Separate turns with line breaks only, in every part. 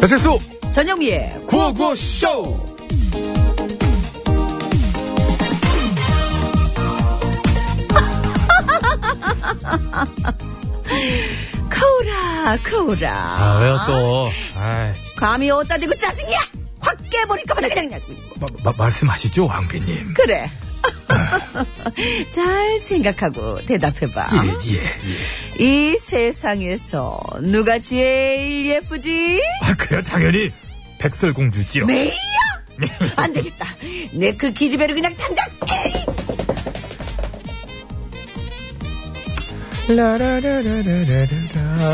배칠수
전영미의
구호구쇼!
코우라, 코우라.
아 왜요 또 아이,
감이 어디다 대고 짜증이야! 확 깨버릴까 봐 그냥, 그냥.
마- 마- 말씀하시죠 왕비님
그래. 잘 생각하고
아?
대답해봐.
예예 예.
이 세상에서 누가 제일 예쁘지?
아 그래요 당연히 백설공주지요
메이야? 안 되겠다. 내 그 기집애를 그냥 당장 에이!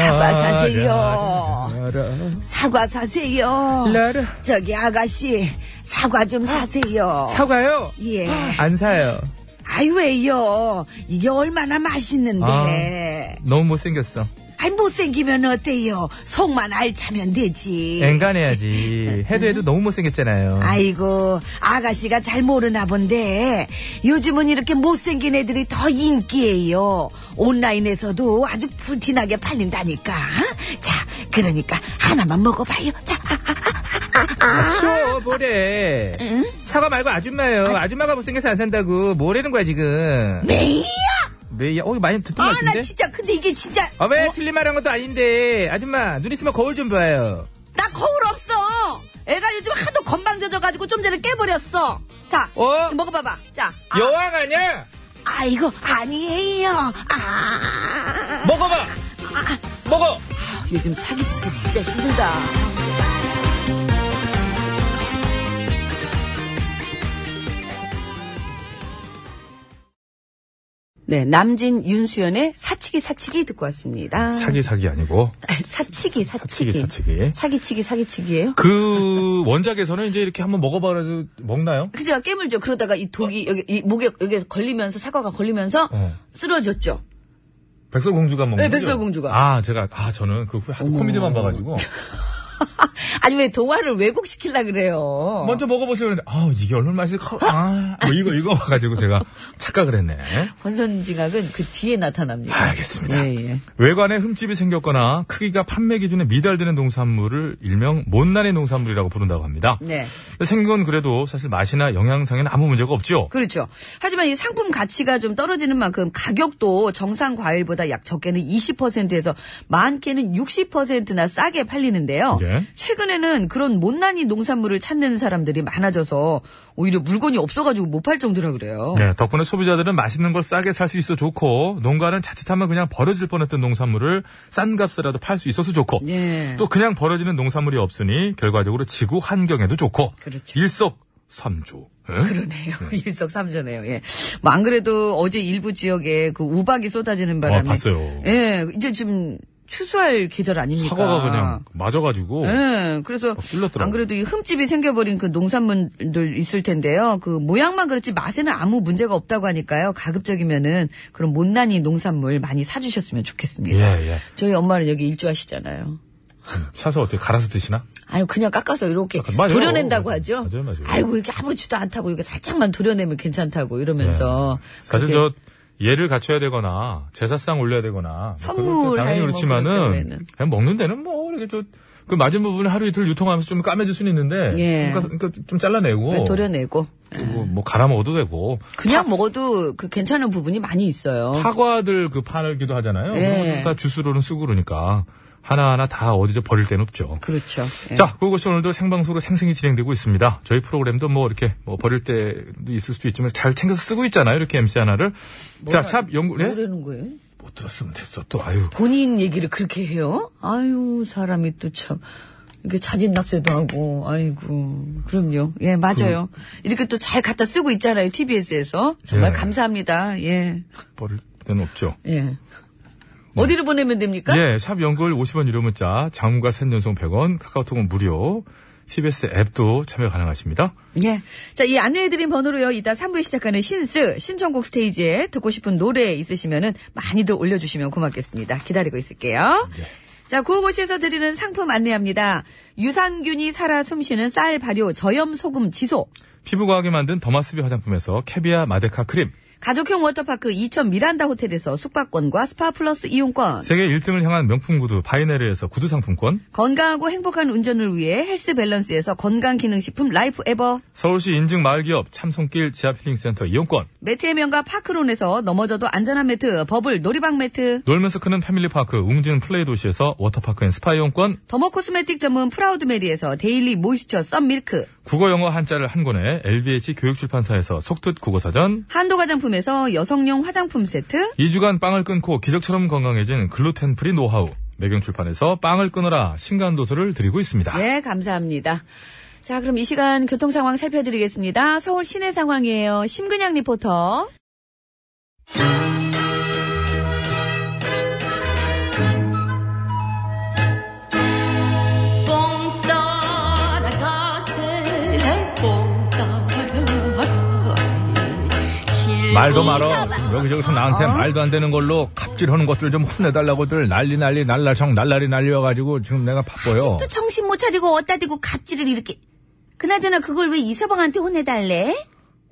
사과 사세요. 사과 사세요.
라라.
저기 아가씨 사과 좀 사세요.
사과요?
예.
안 사요
아이 왜요? 이게 얼마나 맛있는데.
너무
아.
못생겼어
이 못생기면 어때요? 속만 알차면 되지.
앵간해야지 해도 해도 너무 못생겼잖아요
아이고 아가씨가 잘 모르나 본데 요즘은 이렇게 못생긴 애들이 더 인기예요. 온라인에서도 아주 불티나게 팔린다니까. 자, 그러니까 하나만 먹어봐요. 자, 아,
치워 뭐래 사과 말고 아줌마요 아줌마가 못생겨서 안 산다고 뭐라는 거야 지금
메이야!
메이야 어 이거 많이 듣던 것
아, 나
같은데
진짜 근데 이게 진짜 어,
아 왜 틀린 말한 것도 아닌데 아줌마 눈 있으면 거울 좀 봐요
나 거울 없어. 애가 요즘 하도 건방 져져가지고 좀 전에 깨버렸어. 자,
어?
먹어봐봐. 자, 아,
여왕 아니야
아이고 아니에요. 아,
먹어봐 먹어
요즘 사기치기 진짜 힘들다. 네, 남진 윤수연의 사치기 사치기 듣고 왔습니다.
사기 사기 아니고
사치기 사치기
사치기 사치기.
사기치기 사기치기예요?
그 원작에서는 이제 이렇게 한번 먹어봐라도 먹나요?
그죠 깨물죠. 그러다가 이 독이 여기 이 목에 여기 걸리면서 사과가 걸리면서
어.
쓰러졌죠.
백설공주가 먹는
네,
거죠?
백설공주가.
아 제가 아 저는 그 후- 하도 코미디만 봐가지고
아니 왜 동화를 왜곡시키려 그래요?
먼저 먹어보세요 그랬는데 아 이게 얼마나 맛있어 아뭐 이거 이거 봐가지고 제가 착각을 했네
권선징악은 그 뒤에 나타납니다.
알겠습니다.
예, 예.
외관에 흠집이 생겼거나 크기가 판매 기준에 미달되는 농산물을 일명 못난의 농산물이라고 부른다고 합니다
네.
생긴 건 그래도 사실 맛이나 영양상에는 아무 문제가 없죠
그렇죠. 하지만 이 상품 가치가 좀 떨어지는 만큼 가격도 정상 과일보다 약 적게는 20%에서 많게는 60%나 싸게 팔리는데요.
예.
최근에는 그런 못난이 농산물을 찾는 사람들이 많아져서 오히려 물건이 없어가지고 못 팔 정도라 그래요.
네, 덕분에 소비자들은 맛있는 걸 싸게 살 수 있어 좋고 농가는 자칫하면 그냥 버려질 뻔했던 농산물을 싼 값이라도 팔 수 있어서 좋고
예.
또 그냥 버려지는 농산물이 없으니 결과적으로 지구 환경에도 좋고
그렇죠.
일석삼조. 예?
그러네요. 일석삼조네요. 예. 뭐 안 그래도 어제 일부 지역에 그 우박이 쏟아지는
아,
바람에
봤어요.
예, 이제 지금 추수할 계절 아닙니까?
사과가 그냥 맞아가지고
예, 그래서
막 찔렀더라고요.
안 그래도 이 흠집이 생겨버린 그 농산물들 있을 텐데요. 그 모양만 그렇지 맛에는 아무 문제가 없다고 하니까요. 가급적이면은 그런 못난이 농산물 많이 사주셨으면 좋겠습니다.
예, 예.
저희 엄마는 여기 일조하시잖아요.
사서 어떻게 갈아서 드시나?
아유 그냥 깎아서 이렇게
깎아- 맞아요. 어,
도려낸다고 하죠.
맞아요, 맞아요.
이고 이렇게 아무렇지도 않다고 이게 살짝만 도려내면 괜찮다고 이러면서
네. 사실
그렇게
저 예를 갖춰야 되거나 제사상 올려야 되거나
선물할
그건 당연히
뭐 그런
그렇지만은
경우에는.
그냥 먹는 데는 뭐 이렇게 저 그 맞은 부분을 하루 이틀 유통하면서 좀 까매질 수는 있는데
예. 네,
그러니까, 그러니까 좀 잘라내고
도려내고
그리고 뭐 갈아 먹어도 되고
그냥 먹어도 그 괜찮은 부분이 많이 있어요.
사과들 그 파늘기도 하잖아요.
예.
그런 것도 다 주스로는 쓰고 그러니까 하나하나 다 어디서 버릴 데는 없죠.
그렇죠.
네.
예.
자, 그것이 오늘도 생방송으로 생생히 진행되고 있습니다. 저희 프로그램도 뭐 이렇게 뭐 버릴 때도 있을 수도 있지만 잘 챙겨서 쓰고 있잖아요. 이렇게 MC 하나를. 자, 샵 연구, 네?
뭐라는 거예요?
못 들었으면 됐어. 또, 아유.
본인 얘기를 그렇게 해요? 아유, 사람이 또 참. 이렇게 자진 납세도 하고, 아이고. 그럼요. 예, 맞아요. 이렇게 또 잘 갖다 쓰고 있잖아요, TBS에서. 정말
예.
감사합니다. 예.
버릴 데는 없죠.
예. 어디로 보내면 됩니까?
예, 샵 연글 50원 유료 문자, 장문과 산 연속 100원, 카카오톡은 무료, CBS 앱도 참여 가능하십니다.
예. 자, 이 안내해드린 번호로요, 이따 3부에 시작하는 신스, 신청곡 스테이지에 듣고 싶은 노래 있으시면은 많이들 올려주시면 고맙겠습니다. 기다리고 있을게요. 자, 구호고시에서 드리는 상품 안내합니다. 유산균이 살아 숨쉬는 쌀 발효 저염 소금 지소.
피부과학이 만든 더마스비 화장품에서 캐비아 마데카 크림,
가족형 워터파크 2000 미란다 호텔에서 숙박권과 스파 플러스 이용권.
세계 1등을 향한 명품 구두 바이네르에서 구두 상품권,
건강하고 행복한 운전을 위해 헬스 밸런스에서 건강기능식품 라이프 에버.
서울시 인증 마을기업 참손길 지하필링센터 이용권,
매트의 명가 파크론에서 넘어져도 안전한 매트, 버블 놀이방 매트.
놀면서 크는 패밀리파크 웅진 플레이 도시에서 워터파크 앤 스파 이용권,
더머 코스메틱 전문 프라우드메리에서 데일리 모이스처 썬 밀크.
국어 영어 한자를 한 권에 LBH 교육출판사에서 속뜻 국어사전,
한도 화장품에서 여성용 화장품 세트.
2주간 빵을 끊고 기적처럼 건강해진 글루텐 프리 노하우, 매경출판에서 빵을 끊어라 신간도서를 드리고 있습니다.
네, 감사합니다. 자, 그럼 이 시간 교통 상황 살펴드리겠습니다. 서울 시내 상황이에요. 심근양 리포터.
뽕 따라가세 뽕 따라가세
말도 예.
칠봉
말어.
사방
지금 여기저기서 나한테 말도 안 되는 걸로 갑질하는 것들 좀 혼내달라고들 난리 난리 날라청 날라리 날려가지고 지금 내가 바빠요.
또 정신 못 차리고 어따 대고 갑질을 이렇게. 그나저나 그걸 왜 이서방한테 혼내달래?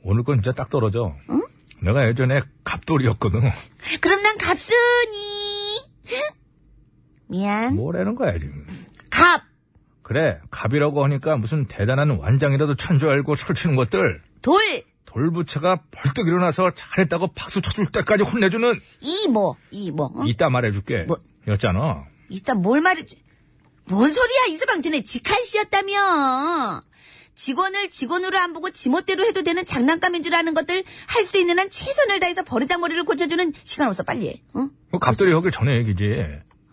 오늘 건 진짜 딱 떨어져. 어? 내가 예전에 갑돌이였거든.
그럼 난 갑순이. 미안.
뭐라는 거야 지금.
갑.
그래 갑이라고 하니까 무슨 대단한 완장이라도 천줄 알고 설치는 것들.
돌.
돌부처가 벌떡 일어나서 잘했다고 박수 쳐줄 때까지 혼내주는
이모. 이모. 어?
이따 말해줄게.
뭐?
였잖아.
이따 뭘 말해. 뭔 소리야 이서방 전에 직한 씨였다며. 직원을 직원으로 안 보고 지멋대로 해도 되는 장난감인 줄 아는 것들 할 수 있는 한 최선을 다해서 버르장머리를 고쳐주는 시간 없어 빨리 해. 어?
뭐 갑돌이 하기 전에 얘기지.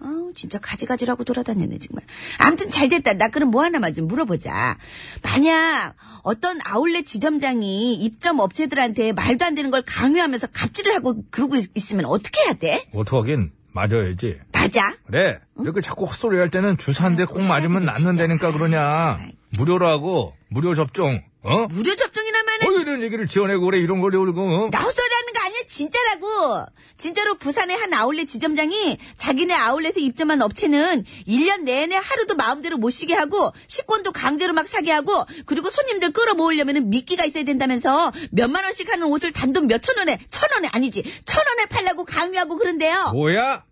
아우 진짜 가지가지라고 돌아다녔네 정말. 암튼 잘 됐다. 나 그럼 뭐 하나만 좀 물어보자. 만약 어떤 아울렛 지점장이 입점 업체들한테 말도 안 되는 걸 강요하면서 갑질을 하고 그러고 있, 으면 어떻게 해야 돼?
어떡하긴 맞아야지.
맞아.
그래.
어?
이렇게 자꾸 헛소리 할 때는
아,
주사인데 꼭 맞으면 낫는다니까 그러냐. 무료로 하고, 무료 접종, 어?
무료 접종이나마는
어, 이런 얘기를 지어내고 그래, 이런 걸 울고, 어?
나 그러니까 헛소리하는 거 아니야 진짜라고 진짜로 부산의 한 아울렛 지점장이 자기네 아울렛에 입점한 업체는 1년 내내 하루도 마음대로 못 쉬게 하고 식권도 강제로 막 사게 하고 그리고 손님들 끌어모으려면 미끼가 있어야 된다면서 몇만 원씩 하는 옷을 단돈 몇천 원에 천 원에 아니지 천 원에 팔라고 강요하고 그런데요
뭐야?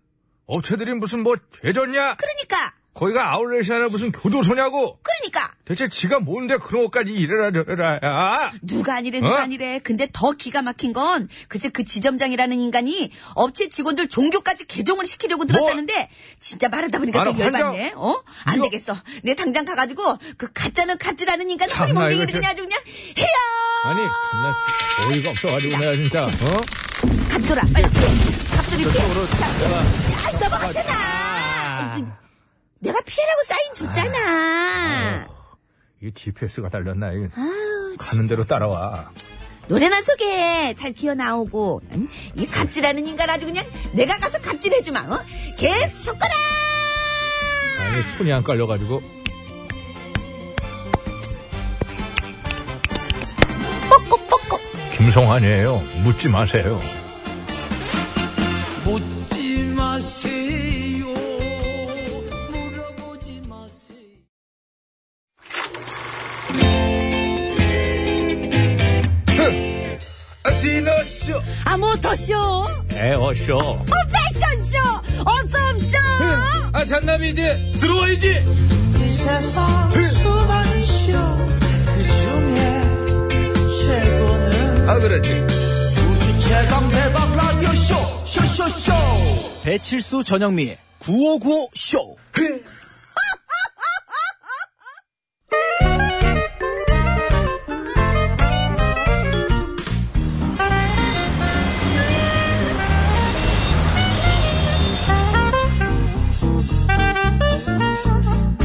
업체들이 무슨 뭐 죄졌냐?
그러니까
거기가 아울렛이 아니라 무슨 교도소냐고?
그러니까
대체 지가 뭔데 그런 것까지 이래라 저래라 야.
누가 아니래 누가
어?
아니래 근데 더 기가 막힌 건 글쎄 그 지점장이라는 인간이 업체 직원들 종교까지 개종을
뭐?
시키려고 들었다는데 진짜 말하다 보니까
나는
또
환장-
열받네 어? 안
이거-
되겠어 내 당장 가가지고 그 가짜는 가짜라는 인간
참나,
허리 못
이거
내기를
저-
그냥 아주 그냥 해요
아니 겁나 어이가 없어가지고 내가 진짜 어?
갑돌아 빨리 피해 갑돌이 피해
그러-
아 넘어갔잖아 이거 내가 피해라고 사인 줬잖아
이 GPS가 달렸나 이 가는 대로 따라와
노래나 소개해. 잘 기어 나오고. 응? 이 갑질하는 인간 아주 그냥 내가 가서 갑질해주마. 어? 계속 거라!
아니 손이 안 깔려가지고
뽀꼬뽀꼬.
김성환이에요 묻지 마세요
묻지 마세요 물어보지 마세요
디너쇼
아, 모터쇼.
에어쇼
패션쇼. 어썸쇼.
아 잔남이 이제 들어와야지
이 세상
네.
수많은 쇼그 중에 최고는
아 그렇지
우주 최강 대박 라디오 쇼 쇼쇼쇼 배칠수 전영미의 9595쇼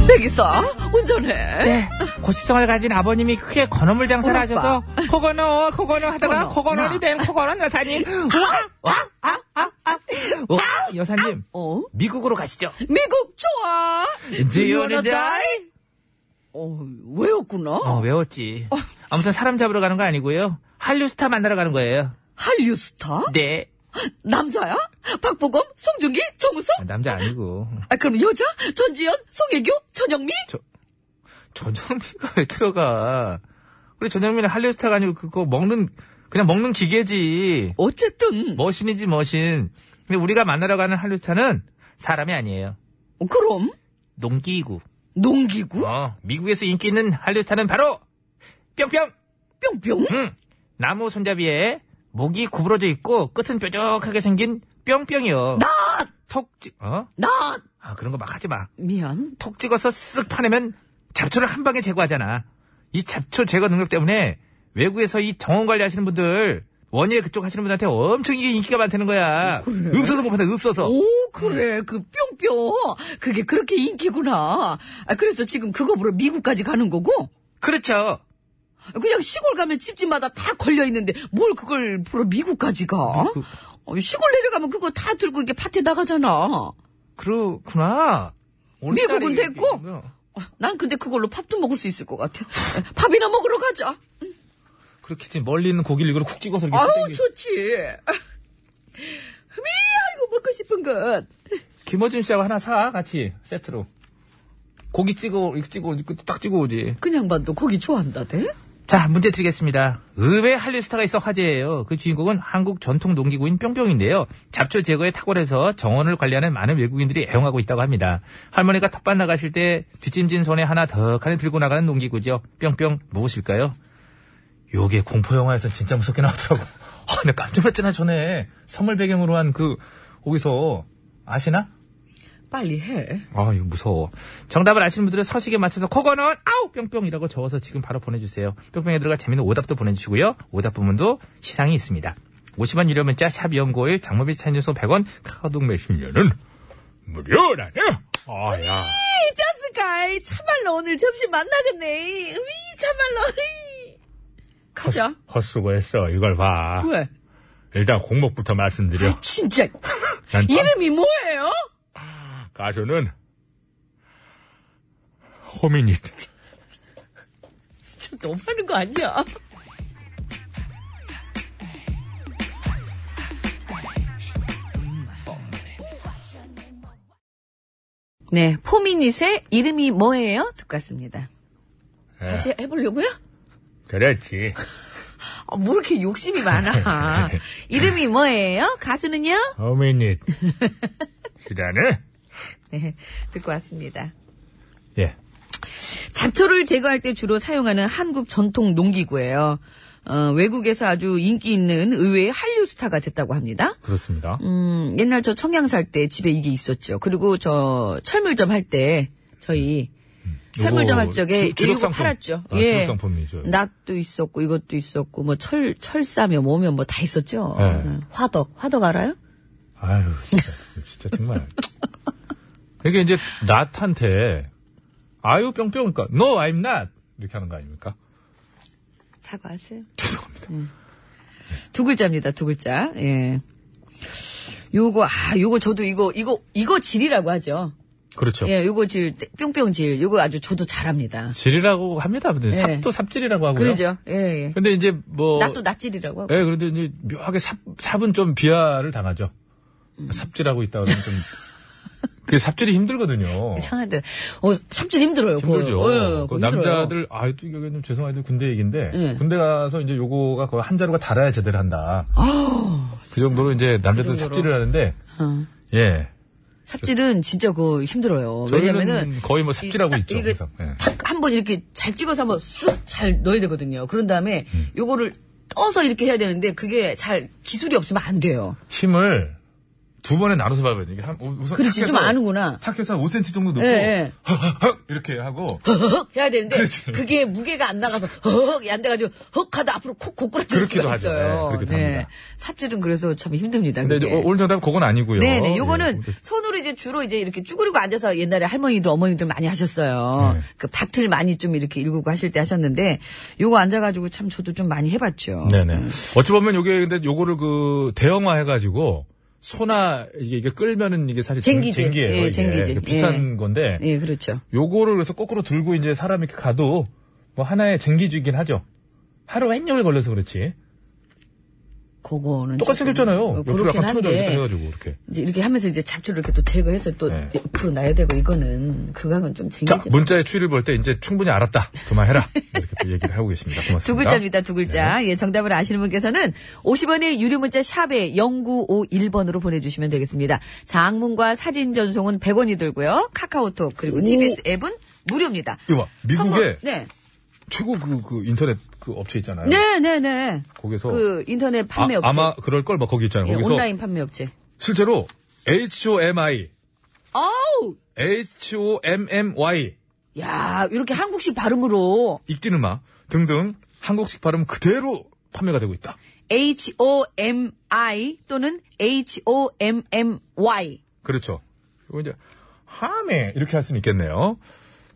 대기사 운전해.
네, 고시성을 가진 아버님이 크게 건어물 장사를
오빠.
하셔서 코건어 코건어 하다가
코건어,
코건어리
나.
된 코건어 여사님
아,
와와와와와 여사님
어?
미국으로 가시죠
미국 좋아.
Do you wanna die?
어, 왜였구나?
어 외웠지 아무튼 사람 잡으러 가는 거 아니고요 한류 스타 만나러 가는 거예요
한류 스타?
네
남자야? 박보검, 송중기, 정우성?
남자 아니고
아, 그럼 여자? 전지현, 송혜교, 전영미?
전영미가 왜 들어가 그래 전영미는 한류 스타가 아니고 그거 먹는 그냥 먹는 기계지
어쨌든
머신이지 머신 근데 우리가 만나러 가는 한류 스타는 사람이 아니에요
그럼
농기구
농기구?
어, 미국에서 인기 있는 한류 스타는 바로 뿅뿅
뿅뿅?
음, 나무 손잡이에 목이 구부러져 있고 끝은 뾰족하게 생긴 뿅뿅이요
나!
톡 찍, 어?
나!
아 그런 거 막 하지 마톡
미안.
찍어서 쓱 파내면 잡초를 한 방에 제거하잖아 이 잡초 제거 능력 때문에 외국에서 이 정원 관리하시는 분들 원예 그쪽 하시는 분한테 엄청 이게 인기가 많다는 거야 읍소서 못한다 읍소서
오, 그래. 그 뿅뿅. 그게 그렇게 인기구나. 아, 그래서 지금 그거 보러 미국까지 가는 거고?
그렇죠
그냥 시골 가면 집집마다 다 걸려 있는데 뭘 그걸 보러 미국까지 가? 어, 시골 내려가면 그거 다 들고 이게 밭에 나가잖아.
그렇구나
미국은
오늘따라 이게
됐고.
뭐야.
어, 난 근데 그걸로 밥도 먹을 수 있을 것 같아. 에, 밥이나 먹으러 가자.
그렇겠지. 멀리 있는 고기를 이걸로 쿡 찍어서 이렇게
아우
땡기-
좋지. 아, 미야 이거 먹고 싶은 것.
김어준 씨하고 하나 사 같이 세트로. 고기 찍어 이렇게 찍어 이렇게 딱 찍어 오지.
그냥 봐도 고기 좋아한다대.
자, 문제 드리겠습니다. 의외 한류 스타가 있어 화제예요. 그 주인공은 한국 전통 농기구인 뿅뿅인데요. 잡초 제거에 탁월해서 정원을 관리하는 많은 외국인들이 애용하고 있다고 합니다. 할머니가 텃밭 나가실 때 뒷짐진 손에 하나 덕하니 들고 나가는 농기구죠. 뿅뿅 무엇일까요? 요게 공포 영화에서 진짜 무섭게 나오더라고. 아, 근데 깜짝 놀랐잖아 전에 선물 배경으로 한 그 거기서 아시나?
빨리 해.
아, 이거 무서워. 정답을 아시는 분들은 서식에 맞춰서 코거는 아우 뿅뿅이라고 적어서 지금 바로 보내주세요. 뿅뿅에 들어가 재밌는 오답도 보내주시고요. 오답 부문도 시상이 있습니다. 50원 유료 문자 샵 연고일 장모비 사연소 100원 카카오톡 메신저는 무료라네. 아야.
짜스가이 참말로 오늘 점심 만나겠네. 위 참말로. 으이. 가자.
헛수고했어. 이걸 봐.
아, 왜?
일단 공목부터 말씀드려.
아, 진짜
난
이름이 뭐예요?
가수는 호미닛.
진짜 너무하는 거 아니야? 네, 포미닛의 이름이 뭐예요? 듣고 왔습니다. 다시 해보려고요?
그렇지.
아, 뭐 이렇게 욕심이 많아. 이름이 뭐예요? 가수는요?
호미닛. 시라네?
네, 듣고 왔습니다.
예.
잡초를 제거할 때 주로 사용하는 한국 전통 농기구예요. 어, 외국에서 아주 인기 있는 의외의 한류 스타가 됐다고 합니다.
그렇습니다.
음, 옛날 저 청양 살 때 집에 이게 있었죠. 그리고 저 철물점 할 때 저희 철물점 할 적에
음. 주- 주력
일부
상품.
팔았죠. 예.
아, 주력 상품이죠.
낫도 있었고 이것도 있었고 뭐 철 철사며 뭐며 뭐 다 있었죠.
네.
음, 화덕 화덕 알아요?
아유, 진짜, 진짜 정말. 그게 이제, 낫한테, 아유, 뿅뿅, 그러니까, no, I'm not. 이렇게 하는 거 아닙니까?
사과하세요. 네.
죄송합니다.
두 글자입니다. 두 글자. 예. 요거 아 요거 저도 이거 이거 이거 질이라고 하죠.
그렇죠.
예, 요거 질 때- 뿅뿅 질 요거 아주 저도 잘합니다.
질이라고 합니다. 근데
예.
삽도 삽질이라고 하고요.
그러죠. 예, 예.
근데 이제 뭐.
낫도 낫질이라고 하고.
예, 그런데 이제 묘하게 삽, 삽은 좀 비하를 당하죠.
음.
삽질하고 있다 그러면 좀. 그게 삽질이 힘들거든요.
이상한데. 어, 삽질 힘들어요. 그거.
네. 힘들죠.
예,
그
그거 힘들어요.
남자들, 아유, 또 이거 좀 죄송한데 군대 얘기인데,
예.
군대 가서 이제 요거가 거의 한 자루가 달아야 제대로 한다.
아,
그 정도로 이제 남자들 삽질을 하는데,
어.
예.
삽질은 진짜 그 힘들어요.
저희는
왜냐면은
거의 뭐 삽질하고 있죠.
이게
항상. 예.
탁한번 이렇게 잘 찍어서 한번 쑥 잘 넣어야 되거든요. 그런 다음에 요거를 떠서 이렇게 해야 되는데 그게 잘 기술이 없으면 안 돼요.
힘을
두 번에 나눠서 밟아야 돼. 이게 한, 우- 우선
그렇지,
탁
좀
해서- 음.
아는구나.
탁 해서 한 5cm 정도 넣고,
예, 예.
헉, 이렇게 하고,
헉 해야 되는데
그렇지.
그게 무게가 안 나가서 헉안 돼가지고 헉 하다 앞으로 콕 고꾸라질
그렇기도
수가
하죠.
있어요. 예.
네, 그렇기도 합니다.
삽질은 그래서 참 힘듭니다.
근데 이제
그게.
오늘 정답은 그건 아니고요.
네. 네네,
예,
요거는
근데
손으로 이제 주로 이제 이렇게 쭈그리고 앉아서 옛날에 할머니들 어머니들 많이 하셨어요.
네.
그 밭을 많이 좀 이렇게 일구고 하실 때 하셨는데 요거 앉아가지고 참 저도 좀 많이 해봤죠.
네네. 어찌 보면 요게 근데 요거를 그 대형화 해가지고 소나 이게, 이게 끌면은 이게 사실
쟁기지.
쟁기예요.
예,
이게.
쟁기지.
비슷한 건데
예, 그렇죠.
요거를 그래서 거꾸로 들고 이제 사람이 이렇게 가도 뭐 하나의 쟁기주이긴 하죠. 하루 횡령을 걸려서 그렇지.
그거는
똑같이
조금, 어,
생겼잖아요. 옆으로
그렇긴
약간 틀어져
한데 예,
해가지고 이렇게.
이제 이렇게 하면서 이제 잡초를 이렇게 또 제거해서 또
네.
옆으로 놔야 되고 이거는 그거는 좀 쟁기지.
자 문자의 추리를 볼 때 이제 충분히 알았다. 그만해라. 뭐 이렇게 또 얘기를 하고 계십니다. 고맙습니다. 네.
두 글자입니다, 두 글자. 예, 정답을 아시는 분께서는 50원의 유료 문자 샵에 0951번으로 보내주시면 되겠습니다. 장문과 사진 전송은 100원이 들고요. 카카오톡, 그리고 TBS 앱은 무료입니다.
이봐 미국의
선물, 네.
최고 그, 그 인터넷 그 업체 있잖아요.
네네네.
거기서
그 인터넷 판매업체.
아, 마 그럴 걸 뭐 거기 있잖아요.
예,
거기서
온라인 판매업체.
실제로 HOMI,
어우!
HOMMY
야, 이렇게 한국식 발음으로
읽지는 마 등등 한국식 발음 그대로 판매가 되고 있다.
H-O-M-I 또는 H-O-M-M-Y.
그렇죠. 이거 이제 하메 이렇게 할 수는 있겠네요.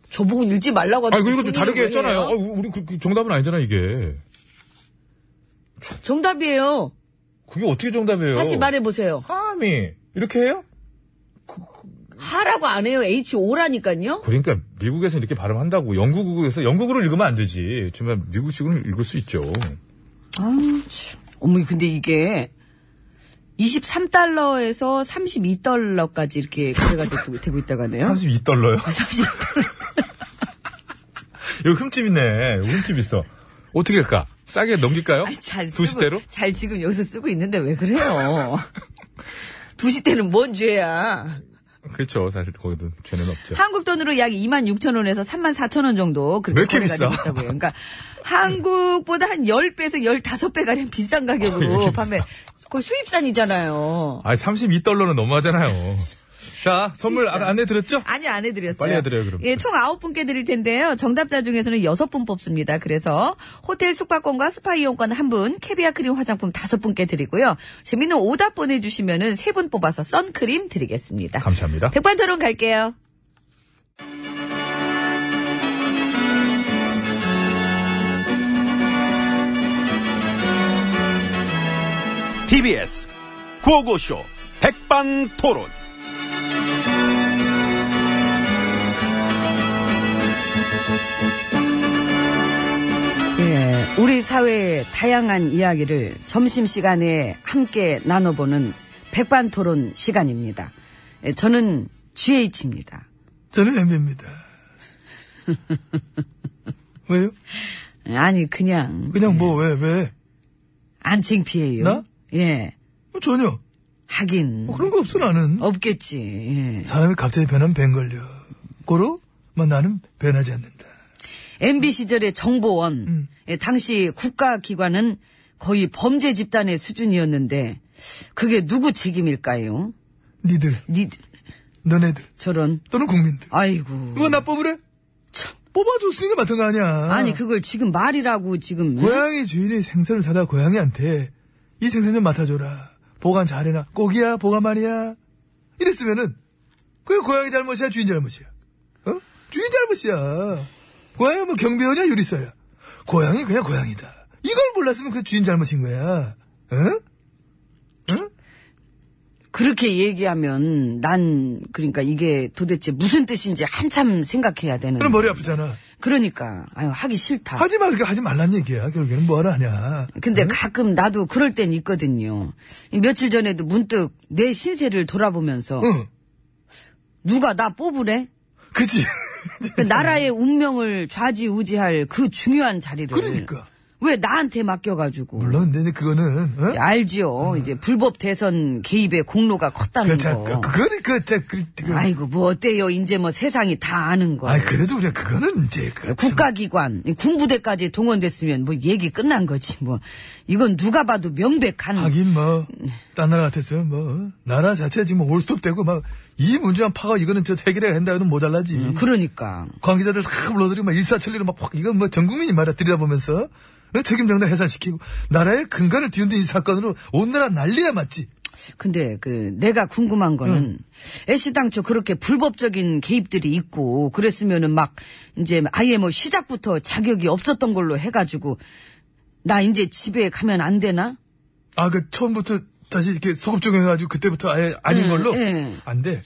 저보고 읽지 말라고
아
하던데
이거 이거 좀
무슨
다르게
일을
했잖아요.
해요?
아, 우리 그, 그 정답은 아니잖아 이게.
정답이에요.
그게 어떻게 정답이에요?
다시 말해보세요.
하메 이렇게 해요?
하라고 안 해요. H5라니까요.
그러니까 미국에서 이렇게 발음한다고 영국에서 영국으로 읽으면 안 되지. 정말 미국식으로 읽을 수 있죠.
어머, 근데 이게 23달러에서 32달러까지 이렇게 거래가 되고, 되고 있다가네요.
32달러요.
32달러.
여기 흠집 있네. 여기 흠집 있어. 어떻게 할까? 싸게 넘길까요?
아니, 잘 쓰고,
두 시대로?
잘 지금 여기서 쓰고 있는데 왜 그래요? 두시대는뭔 죄야?
그렇죠. 사실 거기도 죄는 없죠.
한국 돈으로 약 2만 6천 원에서 3만 4천 원 정도 그렇게
왜 이렇게
거래가
비싸?
되고 있다고요. 그러니까 한국보다 한 10배에서 15배 가량 비싼
왜 이렇게
가격으로
아, 예, 비싸?
판매. 거의 수입산이잖아요.
아니, 32달러는 너무하잖아요. 자, 선물 아- 안내 드렸죠?
아니, 안 해드렸어요.
빨리 해드려요, 그럼.
예, 총 아홉 분께 드릴 텐데요. 정답자 중에서는 여섯 분 뽑습니다. 그래서 호텔 숙박권과 스파 이용권 한 분, 캐비아 크림 화장품 다섯 분께 드리고요. 재밌는 오답 보내주시면은 세 분 뽑아서 선크림 드리겠습니다.
감사합니다.
백반 토론 갈게요.
TBS 구호고쇼 백반토론.
예, 우리 사회의 다양한 이야기를 점심시간에 함께 나눠보는 백반 토론 시간입니다. 예, 저는 GH입니다.
저는 엠비입니다. 왜요?
아니, 그냥,
그냥 뭐, 왜, 왜?
안 창피해요.
나?
예.
뭐 전혀.
하긴.
뭐 그런 거 없어, 나는.
없겠지. 예.
사람이 갑자기 변하면 뱀 걸려. 고로? 뭐 나는 변하지 않는다.
MB 시절의 정보원.
음.
예, 당시 국가기관은 거의 범죄 집단의 수준이었는데 그게 누구 책임일까요?
니들,
니
너네들,
저런.
또는 국민들.
아이고.
이거 나 뽑으래? 참. 뽑아줬으니까 맡은 거 아니야.
아니 그걸 지금 말이라고 지금.
고양이 주인이 생선을 사다 고양이한테 이 생선 좀 맡아줘라. 보관 잘해라. 꼭이야, 보관 말이야. 이랬으면은 그게 고양이 잘못이야, 주인 잘못이야. 어? 주인 잘못이야. 고양이 뭐 경비원이야, 요리사야. 고양이 그냥 고양이다. 이걸 몰랐으면 그 주인 잘못인 거야. 어? 응?
그렇게 얘기하면 난 그러니까 이게 도대체 무슨 뜻인지 한참 생각해야 되는.
그럼 뭐- 머리 아프잖아.
그러니까 아유 하기 싫다.
하지 마, 그러니까 하지 말란 얘기야. 결국에는 뭐하러 하냐.
근데 가끔 나도 그럴 땐 있거든요. 이 며칠 전에도 문득 내 신세를 돌아보면서
응.
누가 나 뽑으래?
그치.
그 나라의 운명을 좌지우지할 그 중요한 자리를
그러니까.
왜 나한테 맡겨가지고.
물론 근데 그거는 어?
알지요. 이제 불법 대선 개입의 공로가 컸다는
그, 자,
거.
그, 그거는 그, 자, 그, 그, 그
뭐. 아이고 뭐 어때요. 이제 뭐 세상이 다 아는 거.
아니 그래도 우리가 그거는 이제 그
국가기관, 군부대까지 동원됐으면 뭐 얘기 끝난 거지 뭐. 이건 누가 봐도 명백한.
하긴 뭐, 딴 나라 같았으면 뭐, 나라 자체 지금 올스톱 되고 막, 이 문제만 파가 이거는 저 해결해야 한다 해도 모자라지.
그러니까.
관계자들 다 불러들이고 막 일사천리로 막 확, 이건 뭐 전 국민이 말이야 들여다보면서. 어? 책임 정당 해산시키고, 나라의 근간을 뒤흔든 이 사건으로 온 나라 난리야 맞지.
근데 그 내가 궁금한 거는 애시 당초 그렇게 불법적인 개입들이 있고 그랬으면은 막 이제 아예 뭐 시작부터 자격이 없었던 걸로 해가지고 나 이제 집에 가면 안 되나?
아, 그 처음부터 다시 이렇게 소급 적용해가지고 그때부터 아예 아닌 걸로?
예.
안 돼.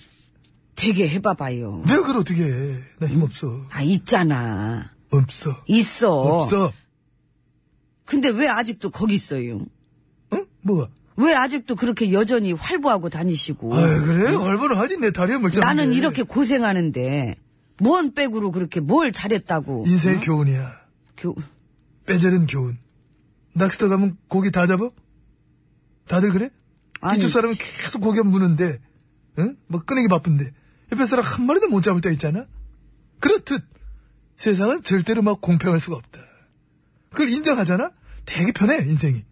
되게 해봐봐요.
내가 그걸 어떻게 해. 나 힘 없어.
아 있잖아.
없어.
있어.
없어.
근데 왜 아직도 거기 있어요?
응? 뭐가?
왜 아직도 그렇게 여전히 활보하고 다니시고?
아 그래? 얼마나 하지? 내 다리에 멀쩡
나는 이렇게 고생하는데 뭔 백으로 그렇게 뭘 잘했다고?
인생의 교훈이야.
교...
빼자는 교훈. 낚시터 가면 고기 다 잡아? 다들 그래?
아니.
이쪽 사람은 계속 고기 무는데, 응? 뭐 끄는 게 바쁜데. 옆에 사람 한 마리도 못 잡을 때 있잖아? 그렇듯 세상은 절대로 막 공평할 수가 없다. 그걸 인정하잖아? 되게 편해, 인생이.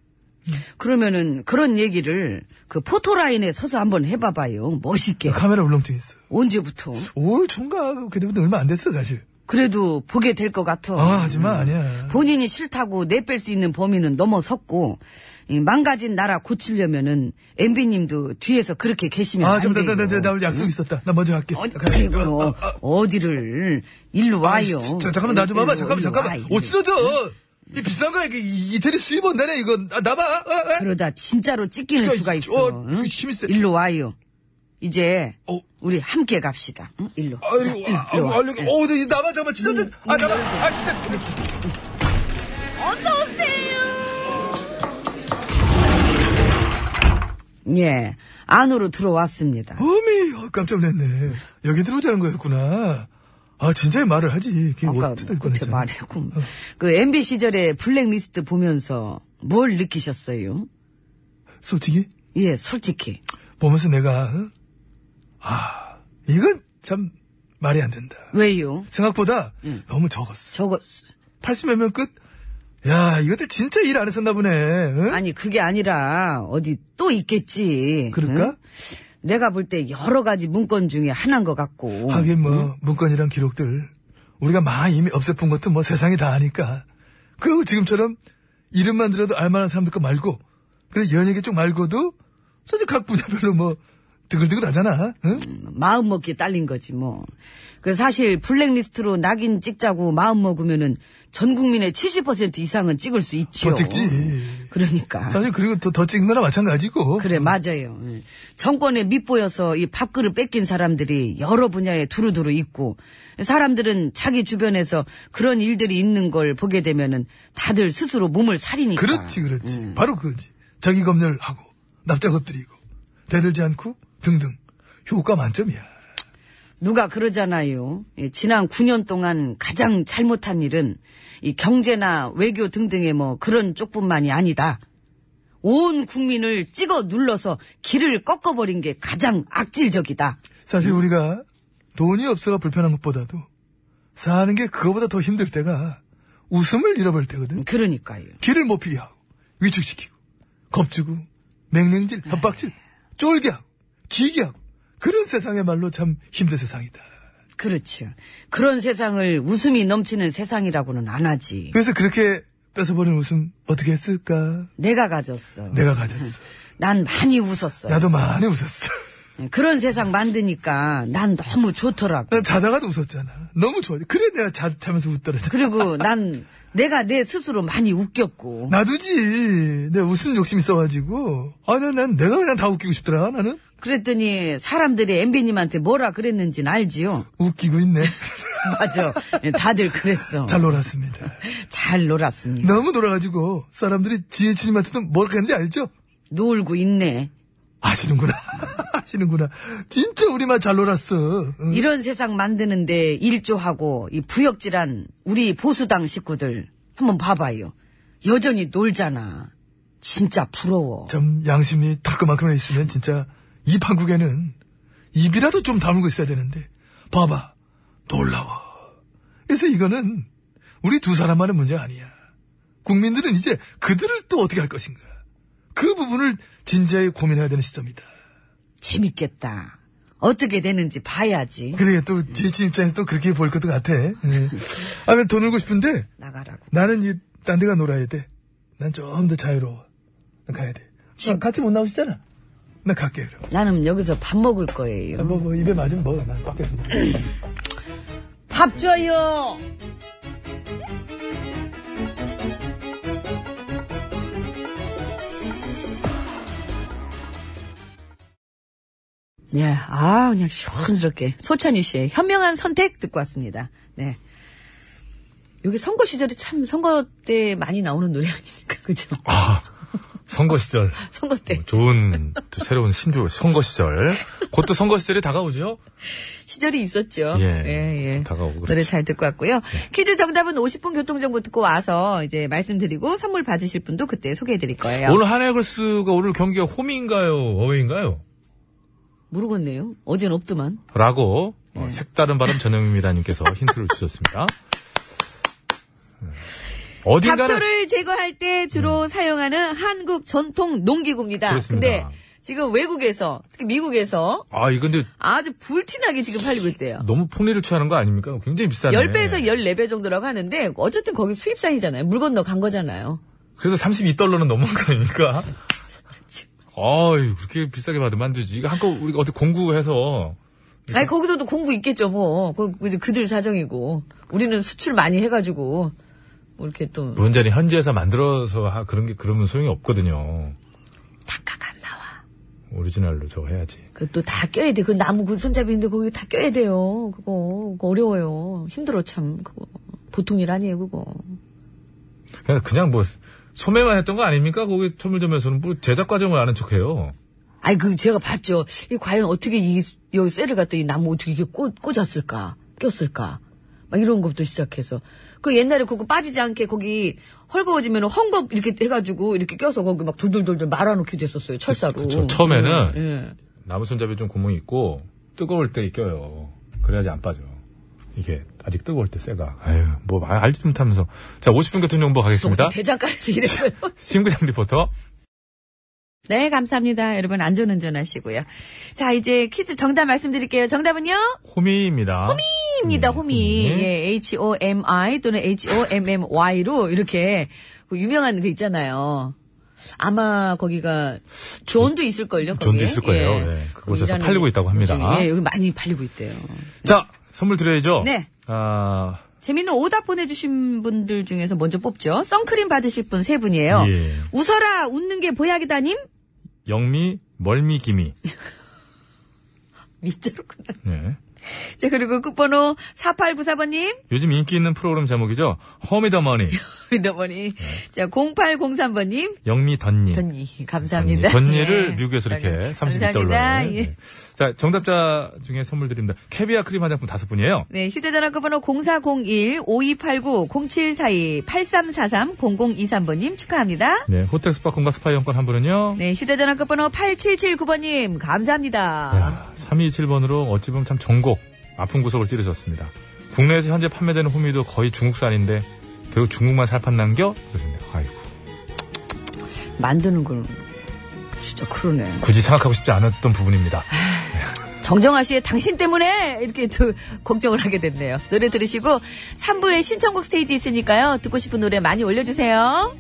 그러면은 그런 얘기를 그 포토라인에 서서 한번 해봐봐요. 멋있게.
카메라 울렁증 있어.
언제부터?
올 총각, 그때부터 얼마 안 됐어, 사실.
그래도 보게 될 것 같아.
아, 하지만 아니야.
본인이 싫다고 내뺄 수 있는 범위는 넘어섰고 이 망가진 나라 고치려면은 엠비님도 뒤에서 그렇게 계시면
아,
안
잠깐, 나,
돼요.
나, 나, 나 오늘 약속 있었다. 나 먼저 갈게. 가-
어, 이고 어디를 일로 와요.
아, 진짜, 잠깐만 나 좀 봐봐.
일로
잠깐만 잠깐만.
와요.
어찌서죠? 이 비싼 거야. 그 이, 이태리 수입 원단에 이거 아, 나봐. 아, 아.
그러다 진짜로 찢기는
그러니까
수가
이-
있어.
어,
응?
그 힘이 세.
일로 와요. 이제
어.
우리 함께 갑시다. 응? 일로. 자,
아이고,
일로
아이고,
와.
아이고, 어, 근데 이 나봐, 잠깐만, 진짜, 진짜, 아, 나봐, 아, 진짜.
예, 안으로 들어왔습니다.
어미, 어, 깜짝 놀랐네. 여기 들어오자는 거였구나. 아, 진짜 말을 하지. 그게
아까
어떻게
끝에
될 뻔했잖아. 어.
말했고 그 MB 시절의 블랙리스트 보면서 뭘 느끼셨어요?
솔직히,
예, 솔직히
보면서 내가, 응? 아, 이건 참 말이 안 된다.
왜요?
생각보다 너무 적었어.
저거
80몇 명 끝? 야, 이것들 진짜 일 안 했었나 보네. 응?
아니 그게 아니라 어디 또 있겠지.
그럴까?
응? 내가 볼 때 여러 가지 문건 중에 하나인 것 같고.
하긴 뭐 문건이랑 기록들 우리가 막 이미 없애본 것도 뭐 세상이 다 아니까 그 지금처럼 이름만 들어도 알만한 사람들 거 말고 그래 연예계 쪽 말고도 사실 각 분야별로 뭐 드글드글하잖아 응?
마음 먹기에 딸린 거지 뭐. 그 사실 블랙리스트로 낙인 찍자고 마음 먹으면은 전 국민의 70% 이상은 찍을 수 있죠.
더 찍지.
그러니까.
사실 그리고 더, 더 찍은 거나 마찬가지고
그래 맞아요. 예. 정권에 밑보여서 이 밥그릇 뺏긴 사람들이 여러 분야에 두루두루 있고 사람들은 자기 주변에서 그런 일들이 있는 걸 보게 되면은 다들 스스로 몸을 사리니까.
그렇지 그렇지
음.
바로 그거지 자기 검열하고 납작 엎드리고 대들지 않고 등등 효과 만점이야
누가 그러잖아요. 예, 지난 9년 동안 가장 잘못한 일은 이 경제나 외교 등등의 뭐 그런 쪽뿐만이 아니다. 온 국민을 찍어 눌러서 길을 꺾어버린 게 가장 악질적이다.
사실 우리가 돈이 없어가 불편한 것보다도 사는 게 그거보다 더 힘들 때가 웃음을 잃어버릴 때거든.
그러니까요.
길을 못 피게 하고 위축시키고 겁주고 맹냉질, 협박질, 쫄게 하고 기게 하고 그런 세상의 말로 참 힘든 세상이다.
그렇죠. 그런 세상을 웃음이 넘치는 세상이라고는 안 하지.
그래서 그렇게 뺏어버린 웃음 어떻게 했을까?
내가 가졌어.
내가 가졌어.
난 많이 웃었어. 네,
네. 나도 많이 웃었어.
그런 세상 만드니까 난 너무 좋더라고.
난 자다가도 웃었잖아. 너무 좋아. 그래 내가 자, 자면서 웃더라.
그리고 난 내가 내 스스로 많이 웃겼고.
나도지. 내 웃음 욕심 있어가지고. 아, 난, 난 내가 그냥 다 웃기고 싶더라, 나는.
그랬더니 사람들이 엠비님한테 뭐라 그랬는지는 알지요?
웃기고 있네.
맞아. 네, 다들 그랬어.
잘 놀았습니다.
잘 놀았습니다.
너무 놀아가지고 사람들이 지혜치님한테도 뭘 했는지 알죠?
놀고 있네.
아시는구나. 아시는구나. 진짜 우리만 잘 놀았어. 응.
이런 세상 만드는데 일조하고 이 부역질한 우리 보수당 식구들 한번 봐봐요. 여전히 놀잖아. 진짜 부러워.
참 양심이 털 것만큼이나 있으면 진짜 이 판국에는 입이라도 좀 다물고 있어야 되는데 봐봐 놀라워 그래서 이거는 우리 두 사람만의 문제 아니야 국민들은 이제 그들을 또 어떻게 할 것인가 그 부분을 진지하게 고민해야 되는 시점이다
재밌겠다. 어떻게 되는지 봐야지.
그래 또 지지 입장에서 또 그렇게 보일 것도 같아 예. 아, 그냥 더 놀고 싶은데
나가라고.
나는 이제 딴 데가 놀아야 돼. 난 좀 더 자유로워. 난 가야 돼. 난 같이 못 나오시잖아. 나 갈게, 그럼.
나는 여기서 밥 먹을 거예요.
뭐, 뭐, 입에 맞으면 먹어. 난 밖에서 뭐. 먹어.
밥 줘요.
예, 아, 그냥 시원스럽게. 소찬희 씨의 현명한 선택 듣고 왔습니다. 네. 여기 선거 시절에 참 선거 때 많이 나오는 노래 아닙니까? 그죠?
아, 선거 시절.
아,
선거 때.
네.
어, 좋은, 또 새로운 신조, 선거 시절. 곧 또 선거 시절이 다가오죠?
시절이 있었죠.
예,
예, 예.
다가오고 그렇죠.
노래 잘 듣고 왔고요.
네.
퀴즈 정답은 50분 교통정보 듣고 와서 이제 말씀드리고 선물 받으실 분도 그때 소개해 드릴 거예요.
오늘 한해글스가 오늘 경기가 홈인가요? 어웨인가요?
모르겠네요. 어젠 없더만.
라고, 어,
네.
색다른 발음 전영미라님께서 힌트를 주셨습니다. 음. 어딘가는. 음.
잡초를 제거할 때 주로 사용하는 한국 전통 농기구입니다.
그렇습니다.
근데 지금 외국에서, 특히 미국에서
아, 이 근데
아주 불티나게 지금 팔리고 있대요.
너무 폭리를 취하는 거 아닙니까? 굉장히 비싸네.
10배에서 14배 정도라고 하는데 어쨌든 거기 수입산이잖아요. 물 건너 간 거잖아요.
그래서 32달러는 넘은 거 아닙니까? 아유, 그렇게 비싸게 받으면 안 되지. 이거 한껏 우리가 어디 공구해서
아니 거기서도 공부 있겠죠 뭐. 그, 그- 그들 사정이고 우리는 수출 많이 해가지고 뭐 이렇게 또
문제는 현지에서 만들어서 하- 그런 게 그러면 소용이 없거든요.
단가가 안 나와.
오리지널로 저거 해야지.
그것도 다 껴야 돼. 그 나무 그 손잡이 있는데 거기 다 껴야 돼요. 그거, 그거 어려워요. 힘들어 참 그거 보통 일 아니에요 그거.
그냥, 그냥 뭐 소매만 했던 거 아닙니까? 거기 철물점에서는 뭐 제작 과정을 아는 척해요.
아니 그 제가 봤죠. 이 과연 어떻게 이 여기 쇠를 갖다 이 나무 어떻게 이게 꽂, 꽂았을까? 꼈을까? 막 이런 것부터 시작해서 그 옛날에 그거 빠지지 않게 거기 헐거워지면 헝겊 이렇게 해가지고 이렇게 껴서 거기 막 돌돌돌돌 말아놓기도 했었어요 철사로.
그쵸. 처음에는
예, 예.
나무 손잡이 좀 구멍이 있고 뜨거울 때 껴요. 그래야지 안 빠져. 이게 아직 뜨거울 때 쇠가. 아유, 뭐 말- 알지 못하면서. 자, 50분 교통정보 가겠습니다.
또그 대장가에서 네, 이랬어요.
심구장 리포터.
네 감사합니다. 여러분 안전운전하시고요. 자 이제 퀴즈 정답 말씀드릴게요. 정답은요.
호미입니다. 호미!
입니다 호미.
음.
예, H-O-M-I 또는 H-O-M-M-Y로 이렇게 그 유명한 그 있잖아요. 아마 거기가 존도 있을걸요. 거기에?
존도 있을 거예요. 예, 그곳에서
일하는
팔리고 있다고 합니다.
중에, 예, 여기 많이 팔리고 있대요.
자, 선물 드려야죠.
네.
아,
재밌는 오답 보내주신 분들 중에서 먼저 뽑죠. 선크림 받으실 분 세 분이에요.
예.
웃어라 웃는 게 보약이다님.
영미, 멀미, 기미.
밑자로 끝나.
예.
자 그리고 끝번호 4894번님.
요즘 인기 있는 프로그램 제목이죠. 허미더머니, 네.
위더머니. 자 0803번님.
영미 던니.
전니 감사합니다.
던니를
예.
미국에서 이렇게
감사합니다.
32달러.
감사합니다. 예.
자, 정답자 중에 선물 드립니다. 캐비아 크림 화장품 다섯 분이에요.
네, 휴대전화 끝번호 0401 5289 0742 8343 0023번님 축하합니다.
네, 호텔 스파콘과 스파 이용권 한 분은요.
네, 휴대전화 끝번호 8779번님 감사합니다.
야, 327번으로 어찌 보면 참 전곡 아픈 구석을 찌르셨습니다. 국내에서 현재 판매되는 호미도 거의 중국산인데 결국 중국만 살판 남겨? 그러셨네요. 아이고.
만드는 걸 진짜 그러네.
굳이 생각하고 싶지 않았던 부분입니다.
정정아 씨의 당신 때문에 이렇게 또 걱정을 하게 됐네요. 노래 들으시고 3부에 신청곡 스테이지 있으니까요. 듣고 싶은 노래 많이 올려주세요.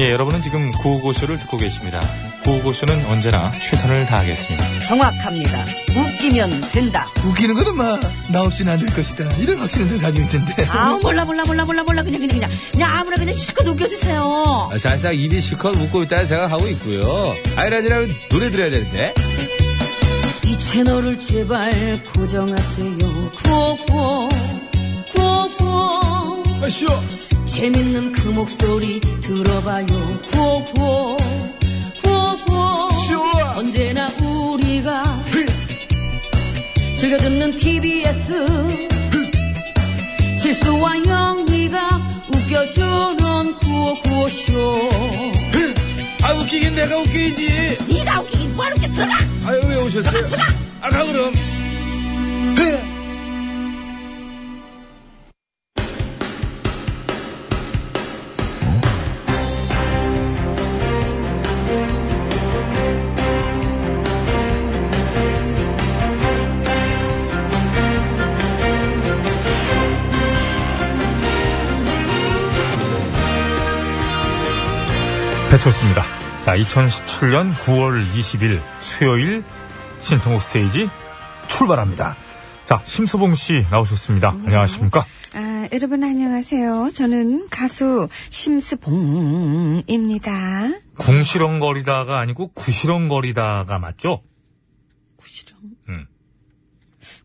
예, 여러분은 지금 구호고쇼를 듣고 계십니다. 구호고쇼는 언제나 최선을 다하겠습니다.
정확합니다. 웃기면 된다.
웃기는 거는 막, 나 없이는 안 될 것이다. 이런 확신을 늘 가지고 있는데.
아우 몰라 몰라 몰라 몰라 몰라 그냥 그냥 그냥 그냥 아무나 그냥 실컷 웃겨주세요.
아, 사실상 입이 실컷 웃고 있다는 생각하고 있고요. 아이라지라면 노래 들어야 되는데.
이 채널을 제발 고정하세요. 구호구호 구호구호
아쇼!
재밌는 그 목소리 들어봐요 구호구호 구호구호 언제나 우리가 즐겨 듣는 TBS 실수와 영리가 웃겨주는 구호구호쇼
아 웃기긴 내가 웃기지.
네가 웃기긴 뭘 웃겨 들어가
아유 왜 오셨어요? 아가 그럼.
배철수입니다. 자, 2017년 9월 20일 수요일 신청곡 스테이지 출발합니다. 자, 심수봉 씨 나오셨습니다. 안녕하십니까?
아, 여러분 안녕하세요. 저는 가수 심스봉입니다.
궁시렁거리다가 아니고 구시렁거리다가 맞죠?
구시렁?
음.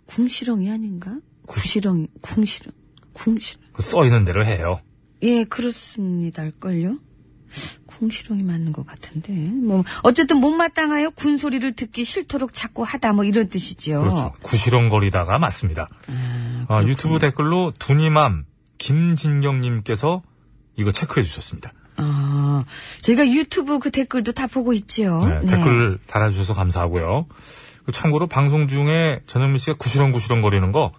궁시렁이 아닌가? 구시렁, 궁시렁, 궁시렁.
그써 있는 대로 해요.
예, 그렇습니다.걸요. 궁시렁이 맞는 것 같은데. 뭐, 어쨌든 못마땅하여 군소리를 듣기 싫도록 자꾸 하다, 뭐 이런 뜻이지요.
그렇죠. 구시렁거리다가 맞습니다. 아, 유튜브 댓글로 두니맘 김진경님께서 이거 체크해 주셨습니다.
아, 저희가 유튜브 그 댓글도 다 보고 있지요.
네, 댓글 달아주셔서 감사하고요. 그 참고로 방송 중에 전현미 씨가 구시렁구시렁 거리는 거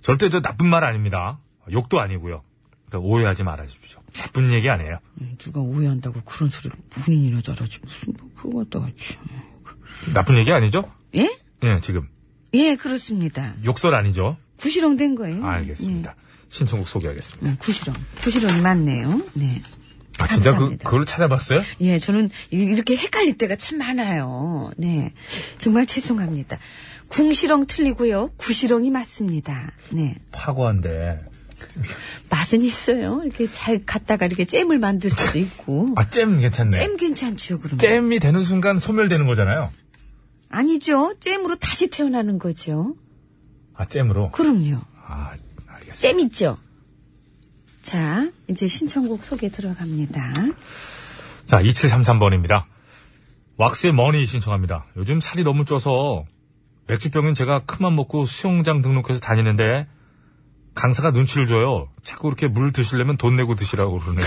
절대 저 나쁜 말 아닙니다. 욕도 아니고요. 그러니까 오해하지 말아주십시오. 나쁜 얘기 아니에요.
음, 누가 오해한다고 그런 소리를 본인이나 잘하지. 무슨, 뭐, 그거 갖다가 참.
나쁜 얘기 아니죠?
예?
예, 지금
예, 그렇습니다.
욕설 아니죠?
구시렁 된 음, 거예요.
알겠습니다. 신청곡 소개하겠습니다.
예. 음, 구시렁. 구시렁이 맞네요. 네.
아, 진짜 그,
감사합니다.
그걸 찾아봤어요?
예, 저는 이- 이렇게 헷갈릴 때가 참 많아요. 네. 정말 죄송합니다. 궁시렁 틀리고요. 구시렁이 맞습니다. 네.
파고한데.
맛은 있어요. 이렇게 잘 갖다가 이렇게 잼을 만들 수도 있고.
아, 잼 괜찮네.
잼 괜찮지요, 그러면?
이 되는 순간 소멸되는 거잖아요.
아니죠. 잼으로 다시 태어나는 거죠.
아, 잼으로.
그럼요.
아, 알겠습니다.
잼 있죠? 자, 이제 신청곡 소개 들어갑니다.
자, 2733번입니다. 왁스의 머니 신청합니다. 요즘 살이 너무 쪄서 맥주병은 제가 큰맘 먹고 수영장 등록해서 다니는데 강사가 눈치를 줘요. 자꾸 이렇게 물 드시려면 돈 내고 드시라고 그러네요.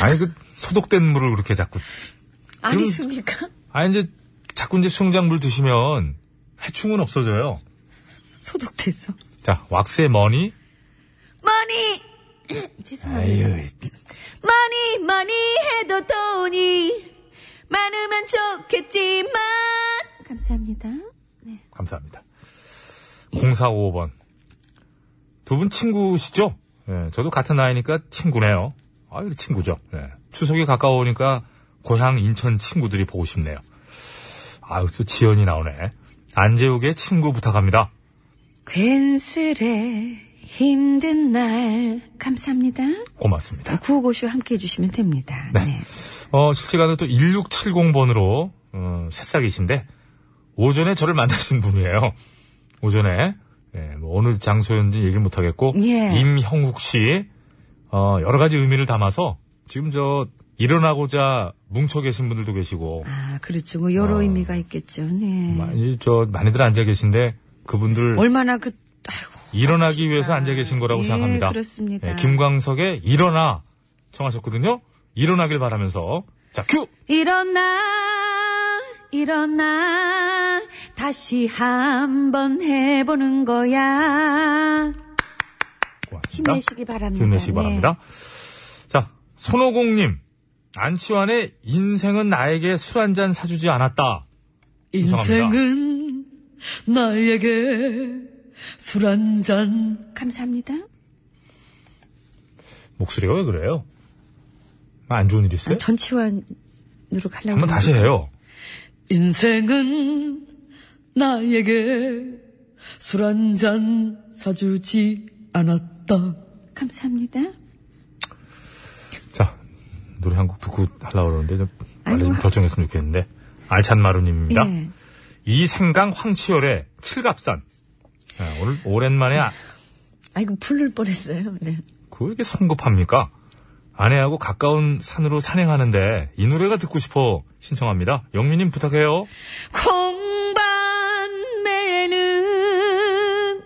아니, 그 소독된 물을 그렇게 자꾸.
아니,
그럼-
습니까?
아, 이제 자꾸 이제 수영장 물 드시면 해충은 없어져요.
소독돼서.
자, 왁스의 머니.
머니! 죄송합니다.
에휴,
머니, 머니 해도 돈이 많으면 좋겠지만. 감사합니다.
감사합니다. 0455번. 두 분 친구시죠? 예, 저도 같은 나이니까 친구네요. 아유, 친구죠. 예. 추석이 가까워오니까 고향 인천 친구들이 보고 싶네요. 아유, 또 지연이 나오네. 안재욱의 친구 부탁합니다.
괜스레 힘든 날. 감사합니다.
고맙습니다.
구호고쇼 함께 해주시면 됩니다.
네. 어, 실시간은 또 1670번으로, 어, 새싹이신데, 오전에 저를 만나신 분이에요. 오전에, 예, 뭐 어느 장소였는지 얘기를 못하겠고,
예.
임형욱 씨, 어, 여러 가지 의미를 담아서, 지금 저, 일어나고자 뭉쳐 계신 분들도 계시고,
아, 그렇죠. 뭐, 여러 의미가 있겠죠. 네.
많이, 저, 많이들 앉아 계신데, 그분들
얼마나 그, 아이고.
일어나기 위해서 앉아 계신 거라고
예,
생각합니다.
그렇습니다.
예, 김광석의 일어나 청하셨거든요. 일어나길 바라면서, 자, 큐!
일어나, 일어나, 다시 한번 해보는 거야.
고맙습니다.
힘내시기 바랍니다.
힘내시기
네.
바랍니다. 자, 손오공님. 안치환의 인생은 나에게 술 한 잔 사주지 않았다. 인생은
나에게 술 한잔
감사합니다.
목소리가 왜 그래요? 아, 안 좋은 일 있어요?
아, 전치환으로 가려고.
한번 다시 해요.
인생은 나에게 술 한 잔 사주지 않았다.
감사합니다.
자, 노래 한 곡 듣고 하려고 그러는데 좀 빨리
아이고.
좀 결정했으면 좋겠는데. 알찬 마루님입니다.
예.
네, 이생강 황치열의 칠갑산. 아, 오늘 오랜만에 아-
아이고 풀를 뻔했어요. 네.
그걸 이렇게 성급합니까? 아내하고 가까운 산으로 산행하는데 이 노래가 듣고 싶어 신청합니다. 영민님 부탁해요.
콩밭매는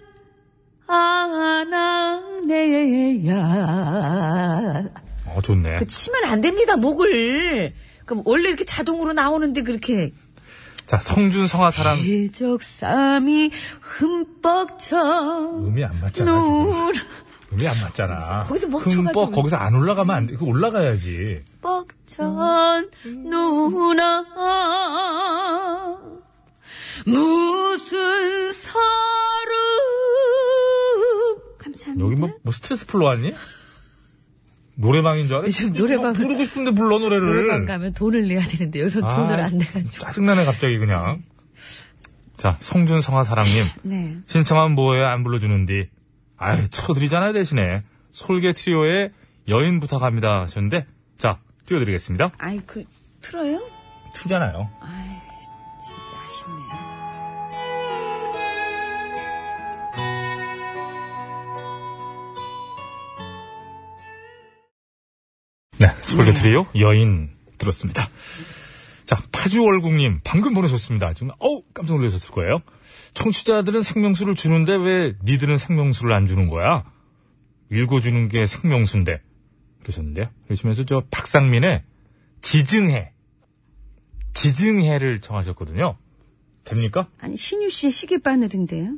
아낙네야.
어, 좋네.
그 치면 안 됩니다 목을. 그럼 원래 이렇게 자동으로 나오는데 그렇게
자, 성준 성아 사랑
예. 대적삼이 흠뻑 쳐
음이 안
네,
맞잖아. 지금.
누라
음이 안 맞잖아.
거기서 멈춰가지고.
흠뻑 거기서 안 올라가면 안 돼. 그 올라가야지.
뻑천 누나 무슨 서름 감사합니다.
여기 뭐, 뭐 스트레스 풀러 왔니? 노래방인 줄 알아?
요즘 노래방-
부르고 싶은데 불러 노래를.
노래방 가면 돈을 내야 되는데 여기서
음. 아,
돈을 안 내가지고
짜증나네 갑자기 그냥. 자, 성준 성아 사랑님.
네
신청한 뭐예요? 안 불러주는디. 아이, 쳐드리잖아요, 대신에. 솔개 트리오의 여인 부탁합니다 하셨는데, 자, 띄워드리겠습니다.
아이 그 틀어요?
투잖아요.
아이 진짜 아쉽네요.
네, 솔개 트리오 여인 들었습니다. 자, 파주월국님, 방금 보내셨습니다. 지금, 어우, 깜짝 놀라셨을 거예요. 청취자들은 생명수를 주는데 왜 니들은 생명수를 안 주는 거야? 읽어주는 게 생명수인데. 그러셨는데요. 그러시면서 저 박상민의 지증해. 지증해를 청하셨거든요. 됩니까?
아니 신유 씨의 시계 바늘인데요.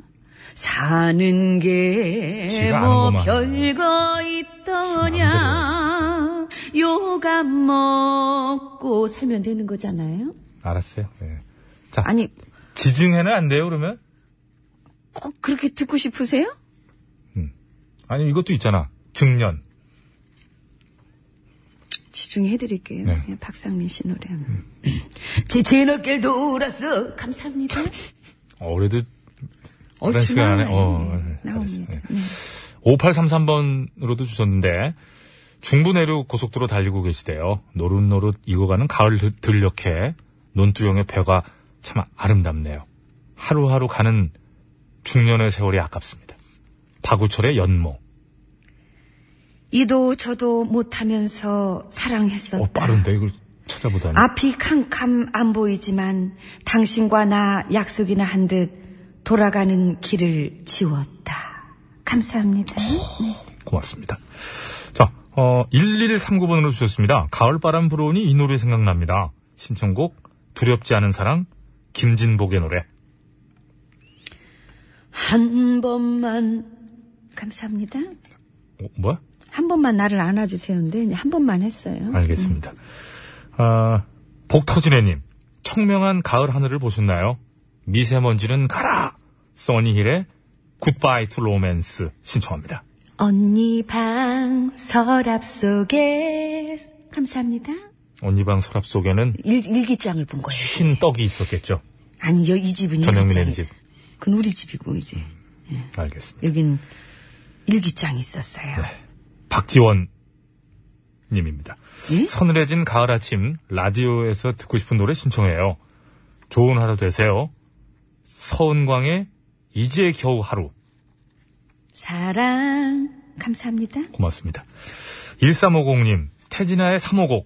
사는
지가
게뭐
아는구만.
별거 있더냐 요감 먹고 살면 되는 거잖아요.
알았어요. 예. 자,
아니
지증해는 안 돼요, 그러면?
꼭 그렇게 듣고 싶으세요?
아니, 이것도 있잖아. 증년.
지중해 해드릴게요.
네. 음.
예, 박상민 씨 노래.
지친어길 돌았어.
감사합니다.
어, 그래도 그런
얼추
시간 안에,
나와요.
어,
네,
네,
나옵니다.
알겠습니다. 5833번으로도 주셨는데, 중부 내륙 고속도로 달리고 계시대요. 노릇노릇 익어가는 가을 들- 들녘에 논두렁의 벼가 참 아름답네요. 하루하루 가는 중년의 세월이 아깝습니다. 박우철의 연모.
이도 저도 못하면서 사랑했었다.
어, 빠른데, 이걸 찾아보다니.
앞이 캄캄 안 보이지만 당신과 나 약속이나 한 듯 돌아가는 길을 지웠다. 감사합니다.
고맙습니다. 자, 어, 1139번으로 주셨습니다. 가을바람 불어오니 이 노래 생각납니다. 신청곡, 두렵지 않은 사랑, 김진복의 노래.
한 번만 감사합니다.
어, 뭐야?
한 번만 나를 안아주세요인데 이제 한 번만 했어요.
알겠습니다. 아, 복터진애님, 청명한 가을 하늘을 보셨나요? 미세먼지는 가라! 써니힐의 굿바이 투 로맨스 신청합니다.
언니 방 서랍 속에 감사합니다.
언니 방 서랍 속에는
일, 일기장을 본 거예요.
쉰 떡이 있었겠죠.
아니요 이 집은
전영민
일기장이-
애니 집.
그건 우리 집이고 이제
알겠습니다.
여긴 일기장이 있었어요.
네. 박지원 님입니다.
예?
서늘해진 가을 아침 라디오에서 듣고 싶은 노래 신청해요. 좋은 하루 되세요. 서은광의 이제 겨우 하루
사랑 감사합니다.
고맙습니다. 1350님 태진아의 3호곡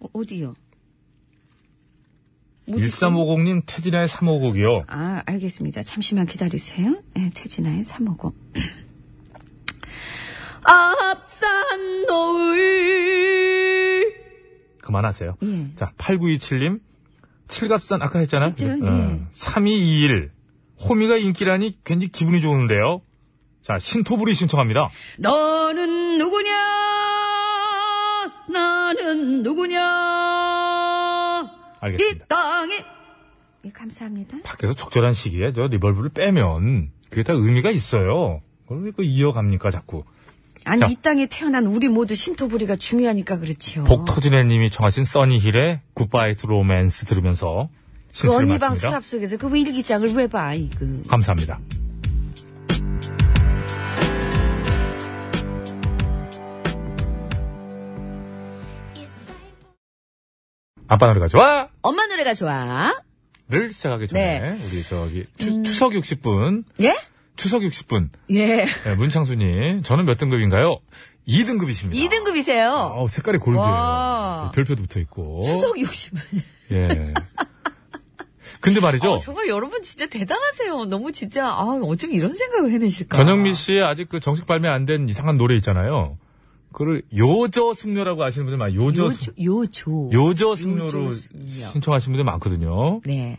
어, 디요
1350님 태진아의 3호곡이요.
아, 알겠습니다. 잠시만 기다리세요. 예, 태진아의 3호고. 앞산 노을.
그만하세요.
예.
자 8927님 칠갑산 아까 했잖아.
했죠,
요
예.
3221 호미가 인기라니 괜히 기분이 좋은데요. 자 신토불이 신청합니다.
너는 누구냐? 나는 누구냐? 이
알겠습니다.
땅에. 예, 감사합니다.
밖에서 적절한 시기에 저 리벌브를 빼면 그게 다 의미가 있어요. 그걸 왜그 이어갑니까 자꾸.
아니,
자.
이 땅에 태어난 우리 모두 신토부리가 중요하니까 그렇지요.
복터진애님이 청하신 써니힐의 굿바이 투 로맨스 들으면서
그
신스를
언니 방
마칩니다.
서랍 속에서 그 일기장을 왜 봐, 이거. 그.
감사합니다. 아빠 노래가 좋아!
엄마 노래가 좋아.
를 시작하기 전에
네.
우리 저기 추, 석 60분
예?
추석 60분.
예.
네, 문창수님, 저는 몇 등급인가요? 2등급이십니다.
2등급이세요.
아우, 색깔이 골드예요.
와.
별표도 붙어 있고.
추석 60분.
예. 근데 말이죠.
아, 정말 여러분 진짜 대단하세요. 너무 진짜 아, 어쩜 이런 생각을 해내실까.
전영미 씨의 아직 그 정식 발매 안 된 이상한 노래 있잖아요. 그를 요저 숙녀라고 아시는 분들 많아요. 요저, 숙-
요조. 요조.
요저 숙녀로
숙녀.
신청하신 분들 많거든요.
네.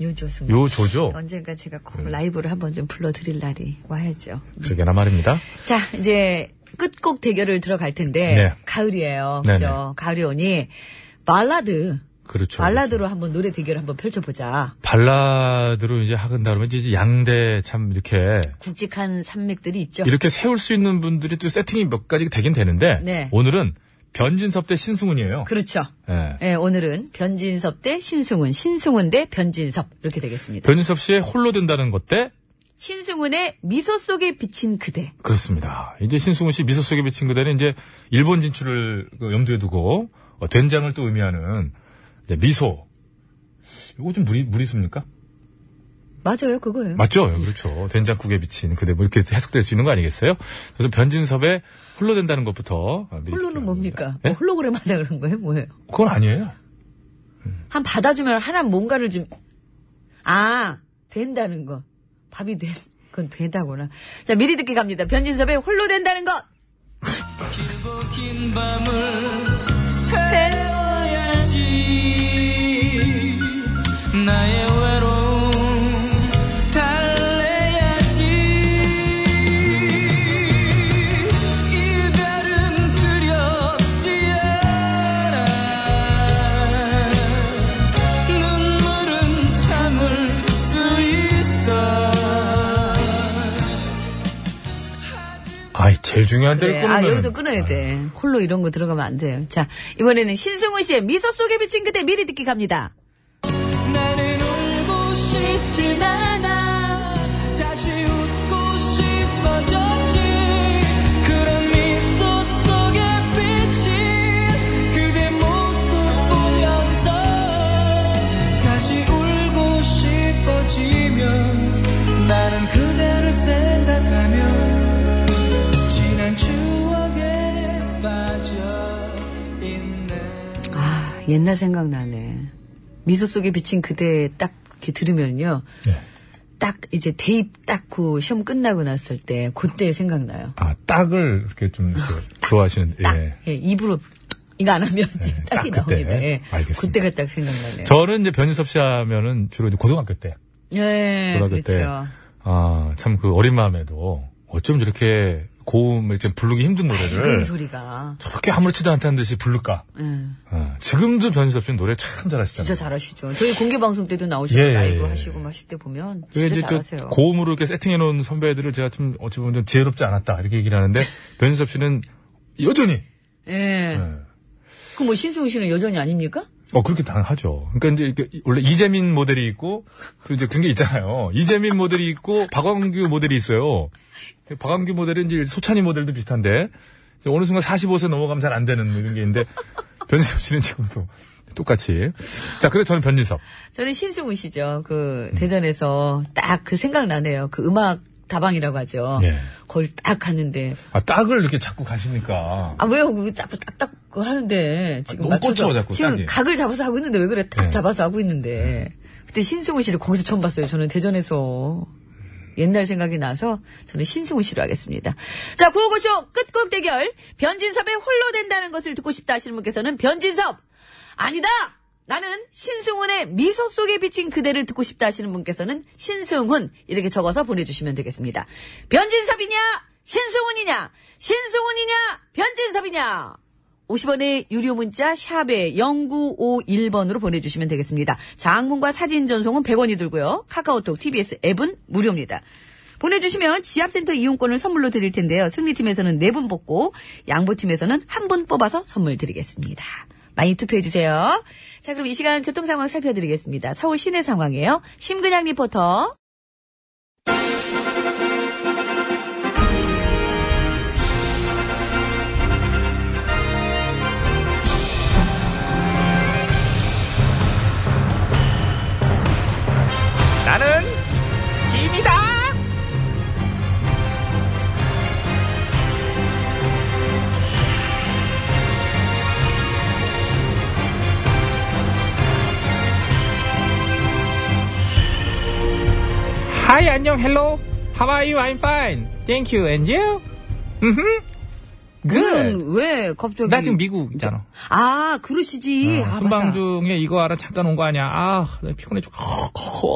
요조승.
요조죠? 음.
언젠가 제가 꼭 라이브를 한번 좀 불러드릴 날이 와야죠.
그러게나 말입니다.
자, 이제 끝곡 대결을 들어갈 텐데
네.
가을이에요.
네네.
그죠? 가을이 오니 발라드
그렇죠.
발라드로 한번 노래 대결 한번 펼쳐보자.
발라드로 이제 하근다 그러면 이제 양대 참 이렇게
굵직한 산맥들이 있죠.
이렇게 세울 수 있는 분들이 또 세팅이 몇 가지 되긴 되는데
네.
오늘은 변진섭 대 신승훈이에요.
그렇죠.
예.
예, 오늘은 변진섭 대 신승훈, 신승훈 대 변진섭 이렇게 되겠습니다.
변진섭 씨의 홀로 된다는 것 때
신승훈의 미소 속에 비친 그대.
그렇습니다. 이제 신승훈 씨 미소 속에 비친 그대는 이제 일본 진출을 그 염두에 두고 어, 된장을 또 의미하는 이제 미소. 이거 좀 무리 무리수입니까?
맞아요, 그거예요.
맞죠? 그렇죠. 된장국에 비친 그대 뭐 이렇게 해석될 수 있는 거 아니겠어요? 그래서 변진섭의 홀로 된다는 것부터 아, 미리 짚어봅니다.
홀로는 뭡니까?
예?
뭐 홀로그램 하자 그런 거예요, 뭐예요?
그건 아니에요.
한 받아주면 하나 뭔가를 좀, 아, 된다는 거. 밥이 된, 그건 되다구나. 자, 미리 듣기 갑니다. 변진섭의 홀로 된다는 것!
길고 긴 밤을 새워야지 나의 외로움 달래야지 이별은 두렵지 않아 눈물은 참을 수 있어
아이, 제일 중요한 데를
그래, 아,
네, 끊으면 아.
여기서 끊어야 돼. 홀로 이런 거 들어가면 안 돼요. 자, 이번에는 신승훈 씨의 미소 속에 비친 그대 미리 듣기 갑니다.
나는 울고 싶진 않아 다시 웃고 싶어졌지 그런 미소 속에 비친 그대 모습 보면서 다시 울고 싶어지면 나는 그대를 생각하며 지난 추억에 빠져있네
아, 옛날 생각나네. 미소 속에 비친 그대 딱 이렇게 들으면요.
네.
딱 이제 대입 딱고 시험 끝나고 났을 때, 그때 생각나요.
아, 딱을 이렇게 좀 이렇게 좋아하시는
딱
예.
예, 입으로 이거 안 하면 딱이
딱 그때.
나옵니다. 예.
알겠습니다.
그때가 딱 생각나네요.
저는 이제 변희섭 씨 하면은 주로 이제 고등학교 때.
예,
고등학교 때.
그렇죠.
아, 참 그 어린 마음에도 어쩜 저렇게 고음을 이제 부르기 힘든
아, 이런
노래를
소리가
저렇게 아무렇지도 않다는 듯이 부를까.
예,
아, 지금도 변희섭 씨는 노래 참
진짜
잘하시잖아요.
잘하시죠. 저희 공개 방송 때도 나오시고
예, 예,
라이브
예.
하시고 마실 때 보면
왜
진짜
그 이제 또
잘하세요.
고음으로 이렇게 세팅해놓은 선배들을 제가 좀 어찌 보면 좀 지혜롭지 않았다 이렇게 얘기를 하는데 변희섭 씨는 여전히
예.
예.
그 뭐 신승훈 씨는 여전히 아닙니까?
어, 그렇게 당하죠. 그러니까 이제 이렇게 이- 원래 이재민 모델이 있고, 또 이제 그런 게 있잖아요. 이재민 모델이 있고, 박광규 모델이 있어요. 박광규 모델은 이제 소찬이 모델도 비슷한데, 이제 어느 순간 45세 넘어가면 잘 안 되는 뭐 이런 게 있는데, 변진섭 씨는 지금도 똑같이. 자, 그래서 저는 변진섭.
저는 신승훈 씨죠. 그
음.
대전에서 딱 그 생각나네요. 그 음악 다방이라고 하죠.
예.
거기 딱 갔는데
아, 딱을 이렇게 자꾸 가시니까.
아, 왜요? 그거 자꾸 딱딱 그거 하는데 지금
너무
맞춰서
꽂혀, 아, 자꾸
지금
딱이.
각을 잡아서 하고 있는데 왜 그래? 딱
네.
잡아서 하고 있는데 그때 신승훈 씨를 거기서 처음 봤어요. 저는 대전에서 옛날 생각이 나서 저는 신승훈 씨로 하겠습니다. 자, 구호고쇼 끝곡 대결 변진섭의 홀로 된다는 것을 듣고 싶다 하시는 분께서는 변진섭 아니다. 나는 신승훈의 미소 속에 비친 그대를 듣고 싶다 하시는 분께서는 신승훈 이렇게 적어서 보내주시면 되겠습니다. 변진섭이냐 신승훈이냐 신승훈이냐 변진섭이냐 50원의 유료 문자 샵에 0951번으로 보내주시면 되겠습니다. 장문과 사진 전송은 100원이 들고요. 카카오톡, TBS 앱은 무료입니다. 보내주시면 지압센터 이용권을 선물로 드릴 텐데요. 승리팀에서는 4분 뽑고 양보팀에서는 1분 뽑아서 선물 드리겠습니다. 많이 투표해주세요. 자 그럼 이 시간 교통 상황 살펴드리겠습니다. 서울 시내 상황이에요. 심근양 리포터.
나는 짐이다.
하이 안녕 헬로 How are you? I'm fine. Thank you. And you? 음.
음.
Good.
그는 왜 갑자기.
네. 나 지금 미국 있잖아.
아, 그러시지. 아,
순방
맞다.
중에 이거 알아 잠깐 온 거 아니야. 아, 나 피곤해 죽.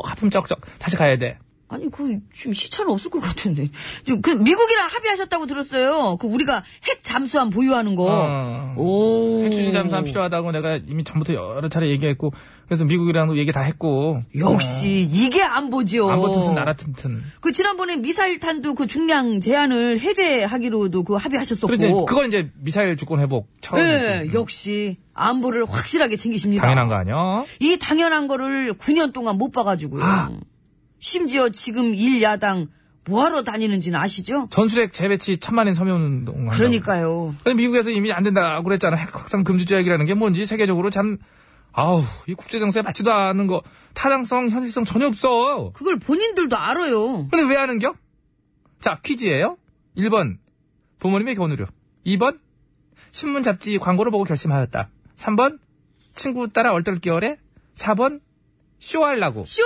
하품 쩍쩍. 다시 가야 돼.
아니 그 지금 시차는 없을 것 같은데. 지금 그 미국이랑 합의하셨다고 들었어요. 그 우리가 핵 잠수함 보유하는 거.
어.
오.
해추진
음.
잠수함 필요하다고 내가 이미 전부터 여러 차례 얘기했고 그래서 미국이랑도 얘기 다 했고
역시 이게 안보지요.
어, 안보 튼튼 나라 튼튼
그 지난번에 미사일 탄도 그 중량 제한을 해제하기로도 그 합의하셨었고.
그리고 이제 그걸 이제 미사일 주권 회복 차원이지 음.
예, 역시 안보를 확실하게 챙기십니다.
당연한 거 아니야?
이 당연한 거를 9년 동안 못 봐가지고요.
아.
심지어 지금 일 야당 뭐하러 다니는지는 아시죠?
전술핵 재배치 천만인 서명운동
그러니까요.
근데 미국에서 이미 안 된다고 그랬잖아. 핵 확산 금지 조약이라는 게 뭔지 세계적으로 잔 아우 이 국제 정세에 맞지도 않은 거 타당성 현실성 전혀 없어.
그걸 본인들도 알아요.
근데 왜 하는겨? 자 퀴즈예요. 1번 부모님의 견우려. 2번 신문 잡지 광고를 보고 결심하였다. 3번 친구 따라 얼떨결에 4번 쇼하려고.
쇼!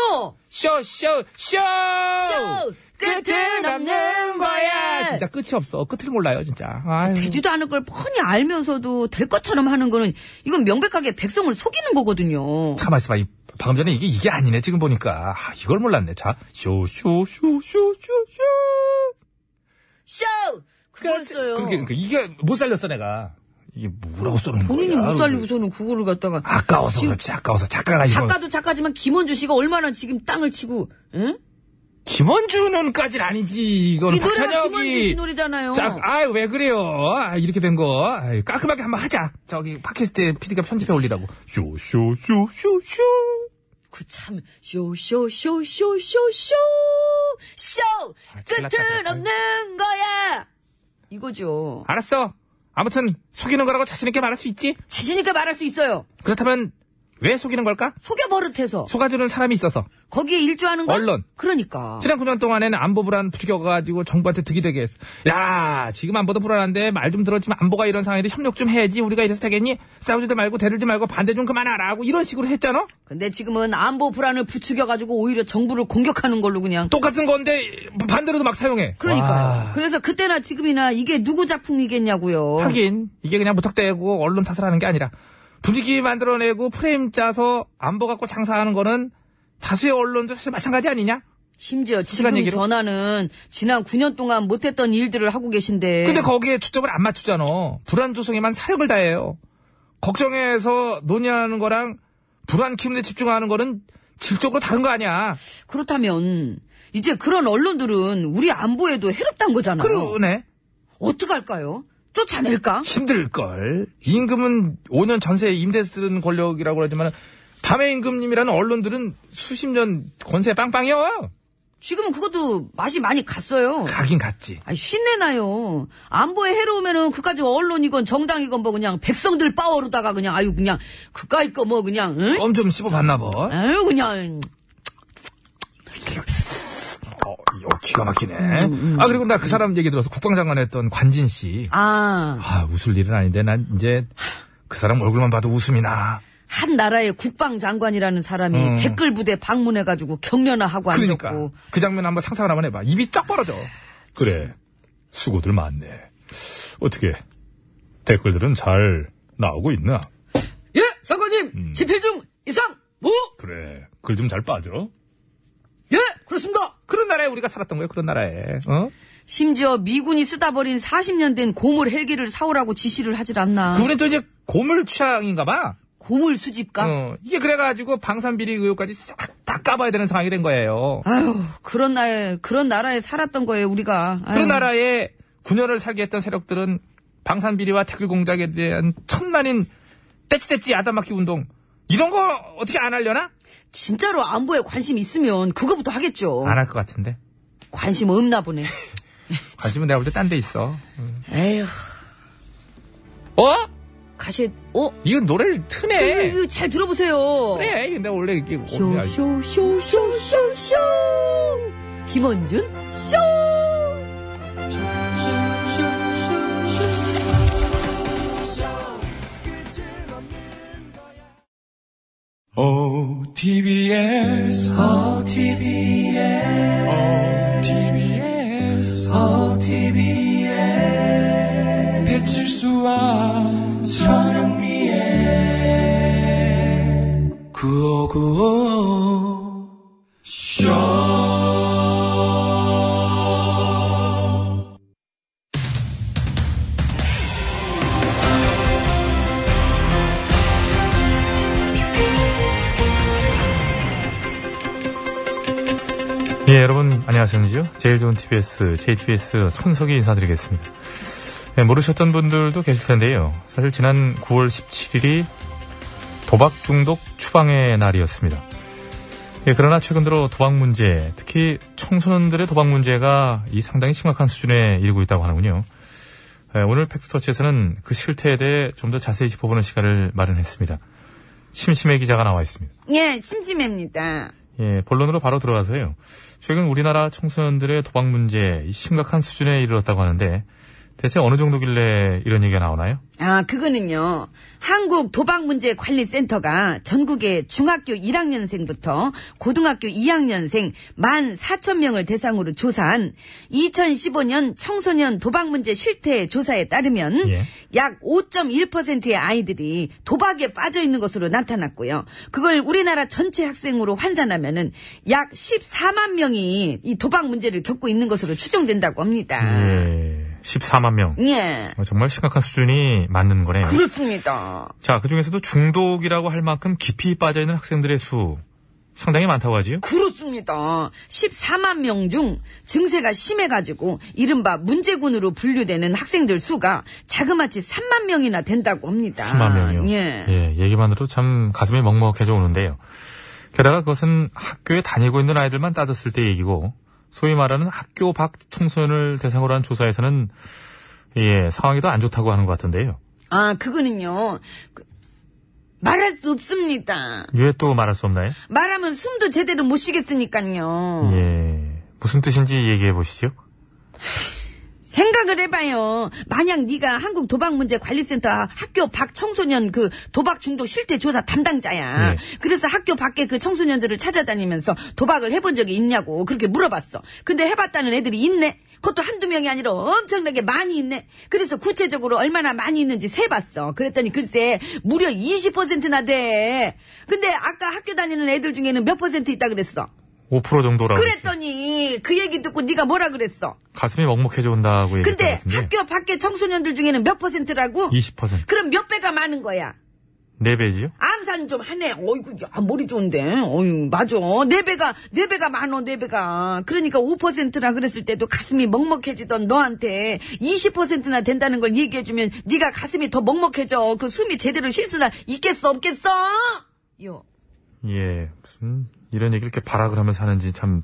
쇼, 쇼, 쇼!
쇼! 끝은 없는 거야!
진짜 끝이 없어. 끝을 몰라요, 진짜. 아유.
되지도 않을 걸 뻔히 알면서도 될 것처럼 하는 거는 이건 명백하게 백성을 속이는 거거든요.
가만 있어봐. 이- 방금 전에 이게, 이게 아니네, 지금 보니까. 아, 이걸 몰랐네. 자, 쇼, 쇼, 쇼, 쇼, 쇼, 쇼.
쇼! 그거였어요.
그게, 그러니까 이게 못 살렸어, 내가. 이게 뭐라고 써놓은 거야.
본인이 못 살리고서는 그거를 갖다가
아까워서 그렇지, 아까워서. 작가가 이거.
작가도 작가지만 김원주 씨가 얼마나 지금 땅을 치고 응?
김원주는까지는 아니지. 이건
이 노래가
박찬혁이.
김원주 씨 노래잖아요.
자, 아유, 왜 그래요? 아, 이렇게 된 거. 아유, 깔끔하게 한번 하자. 저기, 팟캐스트에 PD가 편집해 올리라고. 쇼, 쇼, 쇼, 쇼, 쇼.
그 참 쇼쇼쇼쇼쇼쇼 쇼
큰일
끝은
났다.
없는 거야 이거죠
알았어. 아무튼, 속이는 거라고 자신있게 말할 수 있지?
자신있게 말할 수 있어요
그렇다면, 왜 속이는 걸까?
속여 버릇해서
속아주는 사람이 있어서.
거기에 일조하는 거
언론.
그러니까
지난 9년 동안에는 안보 불안 부추겨가지고 정부한테 득이 되게 했어. 야, 지금 안보도 불안한데 말 좀 들었지만 안보가 이런 상황인데 협력 좀 해야지. 우리가 이래서 되겠니? 싸우지도 말고 대들지 말고 반대 좀 그만하라 하고 이런 식으로 했잖아?
근데 지금은 안보 불안을 부추겨 가지고 오히려 정부를 공격하는 걸로 그냥
똑같은 건데 반대로도 막 사용해.
그러니까요
와.
그래서 그때나 지금이나 이게 누구 작품이겠냐고요
하긴 이게 그냥 무턱대고 언론 탓을 하는 게 아니라 분위기 만들어내고 프레임 짜서 안보 갖고 장사하는 거는 다수의 언론도 사실 마찬가지 아니냐?
심지어
솔직한
지금
얘기로?
전화는 지난 9년 동안 못했던 일들을 하고 계신데
그
근데 거기에 초점을 안 맞추잖아. 불안 조성에만 사력을 다해요. 걱정해서 논의하는 거랑 불안 키우는데 집중하는 거는 질적으로 다른 거 아니야.
그렇다면 이제 그런 언론들은 우리 안보에도 해롭단 거잖아요.
그러네.
어떡할까요? 쫓아낼까?
힘들걸. 임금은 5년 전세에 임대 쓰는 권력이라고 하지만 밤의 임금님이라는 언론들은 수십 년 권세 빵빵이야.
지금은 그것도 맛이 많이 갔어요.
가긴 갔지.
아니, 신내나요. 안보에 해로우면은 그까지 언론이건 정당이건 뭐 그냥 백성들 빠오르다가 그냥 아유 그냥 그까이 거 뭐 그냥 응?
껌 좀 씹어봤나 봐.
아유 그냥
어, 이거 기가 막히네.
음,
아 그리고 나 그 사람 얘기 들어서 국방장관 했던 관진 씨.
아.
아, 웃을 일은 아닌데 난 이제 그 사람 얼굴만 봐도 웃음이 나.
한 나라의 국방장관이라는 사람이
음.
댓글 부대 방문해가지고 격려나 하고 앉았고
그러니까 그 장면 한번 상상을 한번 해봐. 입이 쫙 벌어져.
그래. 수고들 많네. 어떻게, 댓글들은 잘 나오고 있나?
예 장관님 집필 중 이상 뭐?
그래. 글 좀 잘 빠져.
예 그렇습니다.
그런 나라에 우리가 살았던 거예요. 그런 나라에. 어?
심지어 미군이 쓰다 버린 40년 된 고물 헬기를 사오라고 지시를 하질
아.
않나.
그분은 또 이제 고물 취향인가 봐.
고물
아.
수집가?
어, 이게 그래가지고 방산비리 의혹까지 싹 다 까봐야 되는 상황이 된 거예요.
아유, 그런 날, 그런 나라에 살았던 거예요, 우리가. 아유.
그런 나라에 9년을 살게 했던 세력들은 방산비리와 댓글 공작에 대한 천만인 떼찌떼찌 아담맞기 운동 이런 거 어떻게 안 하려나?
진짜로 안보에 관심 있으면 그거부터
아,
하겠죠.
안 할 것 같은데.
관심 없나 보네.
관심은 내가 볼 때 딴 데 있어.
에휴,
어?
가시, 어?
이건 노래를 트네.
이거 잘 들어보세요.
그래. 근데 원래 이게 원래 아주-
쇼쇼쇼쇼쇼쇼! 김원준, 쇼!
OT
TBS, 어, TBS, 어, TBS, 어, TBS. 배칠수와 전영미의 9595 쇼.
예, 여러분 안녕하십니까? 제일 좋은 TBS, JTBS 손석희 인사드리겠습니다. 예, 모르셨던 분들도 계실 텐데요. 사실 지난 9월 17일이 도박 중독 추방의 날이었습니다. 예, 그러나 최근 들어 도박 문제, 특히 청소년들의 도박 문제가 이 상당히 심각한 수준에 이르고 있다고 하는군요. 예, 오늘 팩스터치에서는 그 실태에 대해 좀 더 자세히 짚어보는 시간을 마련했습니다. 심심해 기자가 나와 있습니다.
예, 심심합니다.
예, 본론으로 바로 들어가서요. 최근 우리나라 청소년들의 도박 문제 이 심각한 수준에 이르렀다고 하는데 대체 어느 정도길래 이런 얘기가 나오나요?
아, 그거는요. 한국 도박문제관리센터가 전국의 중학교 1학년생부터 고등학교 2학년생 1만 4천 명을 대상으로 조사한 2015년 청소년 도박문제 실태 조사에 따르면
예.
약 5.1%의 아이들이 도박에 빠져 있는 것으로 나타났고요. 그걸 우리나라 전체 학생으로 환산하면은 약 14만 명이 이 도박 문제를 겪고 있는 것으로 추정된다고 합니다.
예, 14만 명.
예.
어, 정말 심각한 수준이 맞는 거네요.
그- 그렇습니다.
자, 그 중에서도 중독이라고 할 만큼 깊이 빠져있는 학생들의 수 상당히 많다고 하지요?
그렇습니다. 14만 명 중 증세가 심해가지고 이른바 문제군으로 분류되는 학생들 수가 자그마치 3만 명이나 된다고 합니다.
3만 명이요.
예.
예, 얘기만으로 참 가슴이 먹먹해져 오는데요. 게다가 그것은 학교에 다니고 있는 아이들만 따졌을 때 얘기고, 소위 말하는 학교 밖 청소년을 대상으로 한 조사에서는, 예, 상황이 더 안 좋다고 하는 것 같은데요.
아, 그거는요. 그- 말할 수 없습니다.
왜 또 말할 수 없나요?
말하면 숨도 제대로 못 쉬겠으니까요.
예, 무슨 뜻인지 얘기해 보시죠.
생각을 해봐요. 만약 네가 한국 도박문제관리센터 학교 밖 청소년 그 도박 중독 실태 조사 담당자야.
네.
그래서 학교 밖에 그 청소년들을 찾아다니면서 도박을 해본 적이 있냐고 그렇게 물어봤어. 근데 해봤다는 애들이 있네. 그것도 한두 명이 아니라 엄청나게 많이 있네. 그래서 구체적으로 얼마나 많이 있는지 세봤어. 그랬더니 글쎄 무려 20%나 돼. 근데 아까 학교 다니는 애들 중에는 몇 퍼센트 있다 그랬어.
5% 정도라고.
그랬더니 그 얘기 듣고 네가 뭐라 그랬어?
가슴이 먹먹해져 온다고 얘기했던 네, 것
근데
같은데.
학교 밖에 청소년들 중에는 몇 퍼센트라고?
20%.
그럼 몇 배가 많은 거야?
4배지요?
암산 좀 하네. 어이구, 야, 머리 좋은데. 어이, 맞아. 네 배가, 네 배가 많어, 네 배가. 그러니까 5%라 그랬을 때도 가슴이 먹먹해지던 너한테 20%나 된다는 걸 얘기해주면 네가 가슴이 더 먹먹해져. 그 숨이 제대로 쉴 수나 있겠어, 없겠어? 요.
예, 무슨, 이런 얘기를 이렇게 발악을 하면서 하는지 참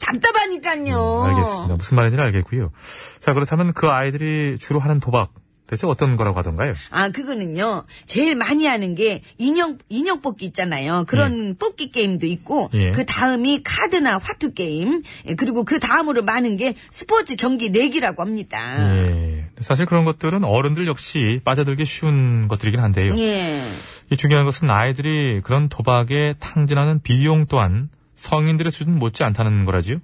답답하니까요.
음, 알겠습니다. 무슨 말인지는 알겠고요. 자, 그렇다면 그 아이들이 주로 하는 도박 대체 어떤 거라고 하던가요?
아, 그거는요. 제일 많이 하는 게 인형 인형 뽑기 있잖아요. 그런 뽑기 게임도 있고
예.
그 다음이 카드나 화투 게임 예, 그리고 그 다음으로 많은 게 스포츠 경기 내기라고 합니다.
예. 사실 그런 것들은 어른들 역시 빠져들기 쉬운 것들이긴 한데요.
예.
이 중요한 것은 아이들이 그런 도박에 탕진하는 비용 또한 성인들의 수준 못지 않다는 거라지요.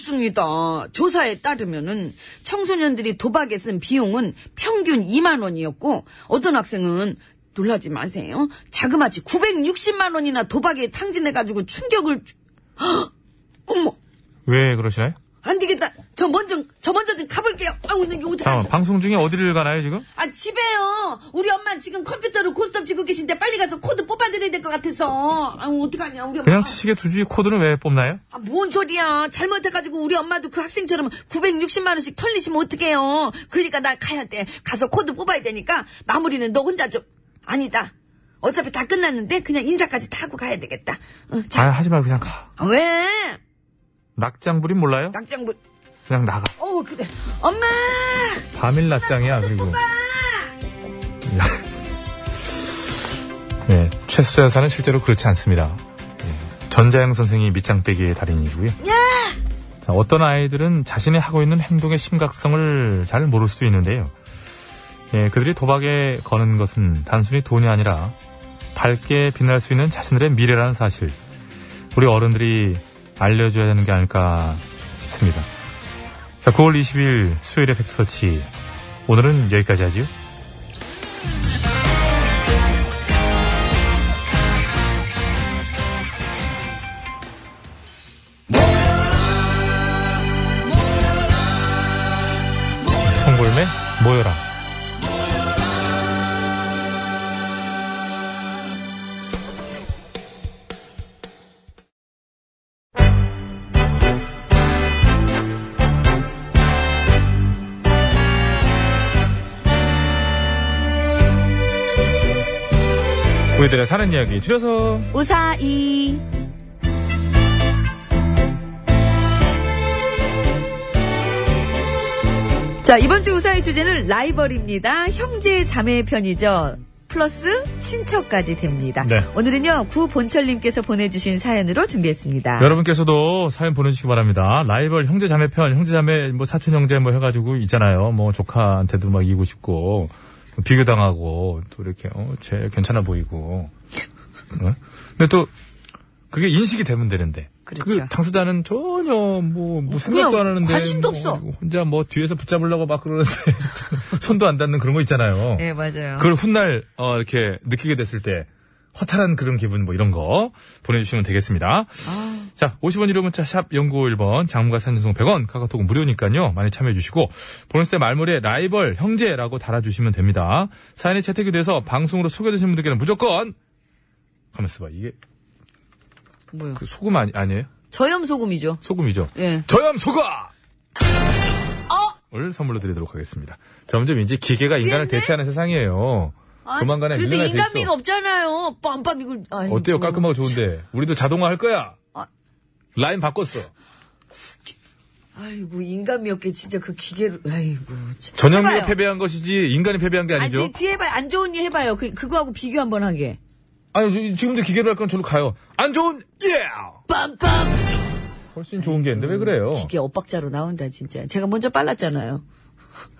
그렇습니다. 조사에 따르면은 청소년들이 도박에 쓴 비용은 평균 2만 원이었고 어떤 학생은 놀라지 마세요. 자그마치 960만 원이나 도박에 탕진해 가지고 충격을 주- 헉! 어머
왜 그러시나요?
안 되겠다. 저 먼저, 저 먼저 좀 가볼게요. 아우, 이게 오지
잠깐만, 방송 중에 어디를 가나요, 지금?
아, 집에요. 우리 엄마 지금 컴퓨터로 코스톱 찍고 계신데 빨리 가서 코드 뽑아드려야 될 것 같아서. 아우, 어떡하냐, 우리 엄마.
그냥 치시게 두지 코드는 왜 뽑나요?
아, 뭔 소리야. 잘못해가지고 우리 엄마도 그 학생처럼 960만원씩 털리시면 어떡해요. 그러니까 나 가야 돼. 가서 코드 뽑아야 되니까 마무리는 너 혼자 좀. 아니다. 어차피 다 끝났는데 그냥 인사까지 다 하고 가야 되겠다. 어,
아,
자,
하지 말고 그냥 가.
아, 왜?
낙장불인 몰라요?
낙장불.
그냥 나가.
어우, 그래. 엄마!
밤일 낮장이야 그리고 네, 최수 여사는 실제로 그렇지 않습니다 예, 전자영 선생이 밑장빼기의 달인이고요 자, 어떤 아이들은 자신이 하고 있는 행동의 심각성을 잘 모를 수도 있는데요 예, 그들이 도박에 거는 것은 단순히 돈이 아니라 밝게 빛날 수 있는 자신들의 미래라는 사실
우리 어른들이 알려줘야 되는 게 아닐까 싶습니다. 자, 9월 20일 수요일의 팩트서치. 오늘은 여기까지 하지요. 송골매 모여라. 우리들의 사는 이야기 줄여서
우사이. 자, 이번 주 우사의 주제는 라이벌입니다. 형제 자매 편이죠. 플러스 친척까지 됩니다.
네.
오늘은요, 구본철님께서 보내주신 사연으로 준비했습니다.
여러분께서도 사연 보내주시기 바랍니다. 라이벌 형제 자매 편, 형제 자매 뭐 사촌 형제 뭐 해가지고 있잖아요. 뭐 조카한테도 막 이기고 싶고 뭐 비교 당하고 또 이렇게 어쟤 괜찮아 보이고. 어? 근데 또 그게 인식이 되면 되는데.
그렇죠.
그 당사자는 전혀 뭐, 뭐 생각도
그냥
안 하는데
관심도
뭐
없어.
혼자 뭐 뒤에서 붙잡으려고 막 그러는데 손도 안 닿는 그런 거 있잖아요.
예.
네, 맞아요.
그걸 훗날 어, 이렇게 느끼게 됐을 때 허탈한 그런 기분 뭐 이런 거 보내주시면 되겠습니다.
아.
자, 50원 유료 문자 샵 0951번 장문과 산전송 100원 카카오톡은 무료니까요. 많이 참여해 주시고 보냈을 때 말머리에 라이벌 형제라고 달아주시면 됩니다. 사연이 채택이 돼서 방송으로 소개되신 분들께는 무조건 가만있어 봐. 이게
뭐요?
그 소금 아니, 아니에요?
저염소금이죠.
소금이죠.
예.
저염 소금!
어?
을 선물로 드리도록 하겠습니다. 점점 이제 기계가 인간을 대체하는 세상이에요. 조만간에
그래도
밀려날 돼 있어.
인간미가 없잖아요. 빰빰 이걸. 아이고.
어때요? 깔끔하고 좋은데. 우리도 자동화 할 거야.
아.
라인 바꿨어.
아이고 인간미 없게 진짜 그 기계로. 아이고. 참.
전형미가
해봐요.
패배한 것이지 인간이 패배한 게
아니,
아니죠.
근데 뒤에 해봐요. 안 좋은 일 해봐요. 그, 그거하고 비교 한번 하게.
아니, 저- 지금도 기계로 할 건 저로 가요. 안 좋은 예!
빰빰!
훨씬 좋은 게 있는데 왜 그래요?
기계 엇박자로 나온다, 진짜. 제가 먼저 빨랐잖아요.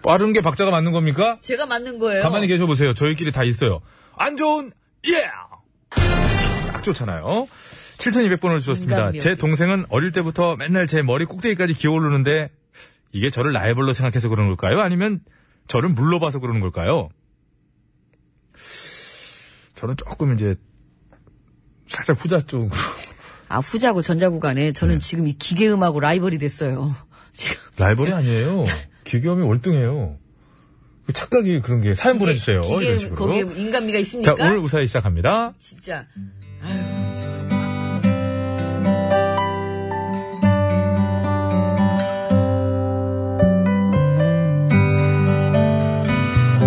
빠른 게 박자가 맞는 겁니까?
제가 맞는 거예요.
가만히 계셔 보세요. 저희끼리 다 있어요. 안 좋은 예! 딱 좋잖아요. 7,200번을 주셨습니다.
인간미가
제
있어.
동생은 어릴 때부터 맨날 제 머리 꼭대기까지 기어오르는데 이게 저를 라이벌로 생각해서 그런 걸까요? 아니면 저를 물러봐서 그러는 걸까요? 저는 조금 이제 살짝 후자 쪽으로
아, 후자고 전자고 간에
네.
저는 지금 이 기계음하고 라이벌이 됐어요. 지금.
라이벌이 아니에요. 기계음이 월등해요. 그 착각이 그런 게 사연 보내주세요. 이런
기계음,
식으로.
거기에 인간미가 있습니까?
자, 오늘 우사히 시작합니다.
진짜.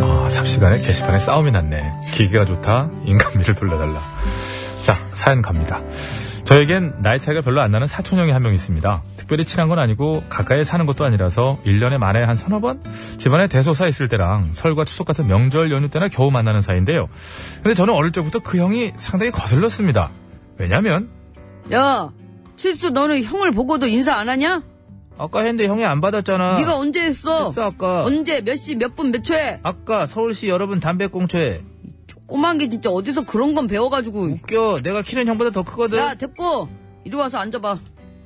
아, 삽시간에 게시판에 싸움이 났네. 기계가 좋다. 인간미를 돌려달라. 자, 사연 갑니다. 저에겐 나이 차이가 별로 안 나는 사촌 형이 한 명 있습니다. 특별히 친한 건 아니고 가까이 사는 것도 아니라서 1년에 만에 한 서너 번 집안에 대소사 있을 때랑 설과 추석 같은 명절 연휴 때나 겨우 만나는 사이인데요. 근데 저는 어릴 적부터 그 형이 상당히 거슬렸습니다. 왜냐면
야, 칠수 너는 형을 보고도 인사 안 하냐?
아까 했는데 형이 안 받았잖아.
네가 언제 했어?
했어, 아까.
언제 몇 시 몇 분 몇 초에?
아까 서울시 여러분 담배꽁초에
꼬만 게 진짜 어디서 그런 건 배워가지고.
네.
웃겨. 내가 키는 형보다 더 크거든.
야, 됐고 이리 와서 앉아봐.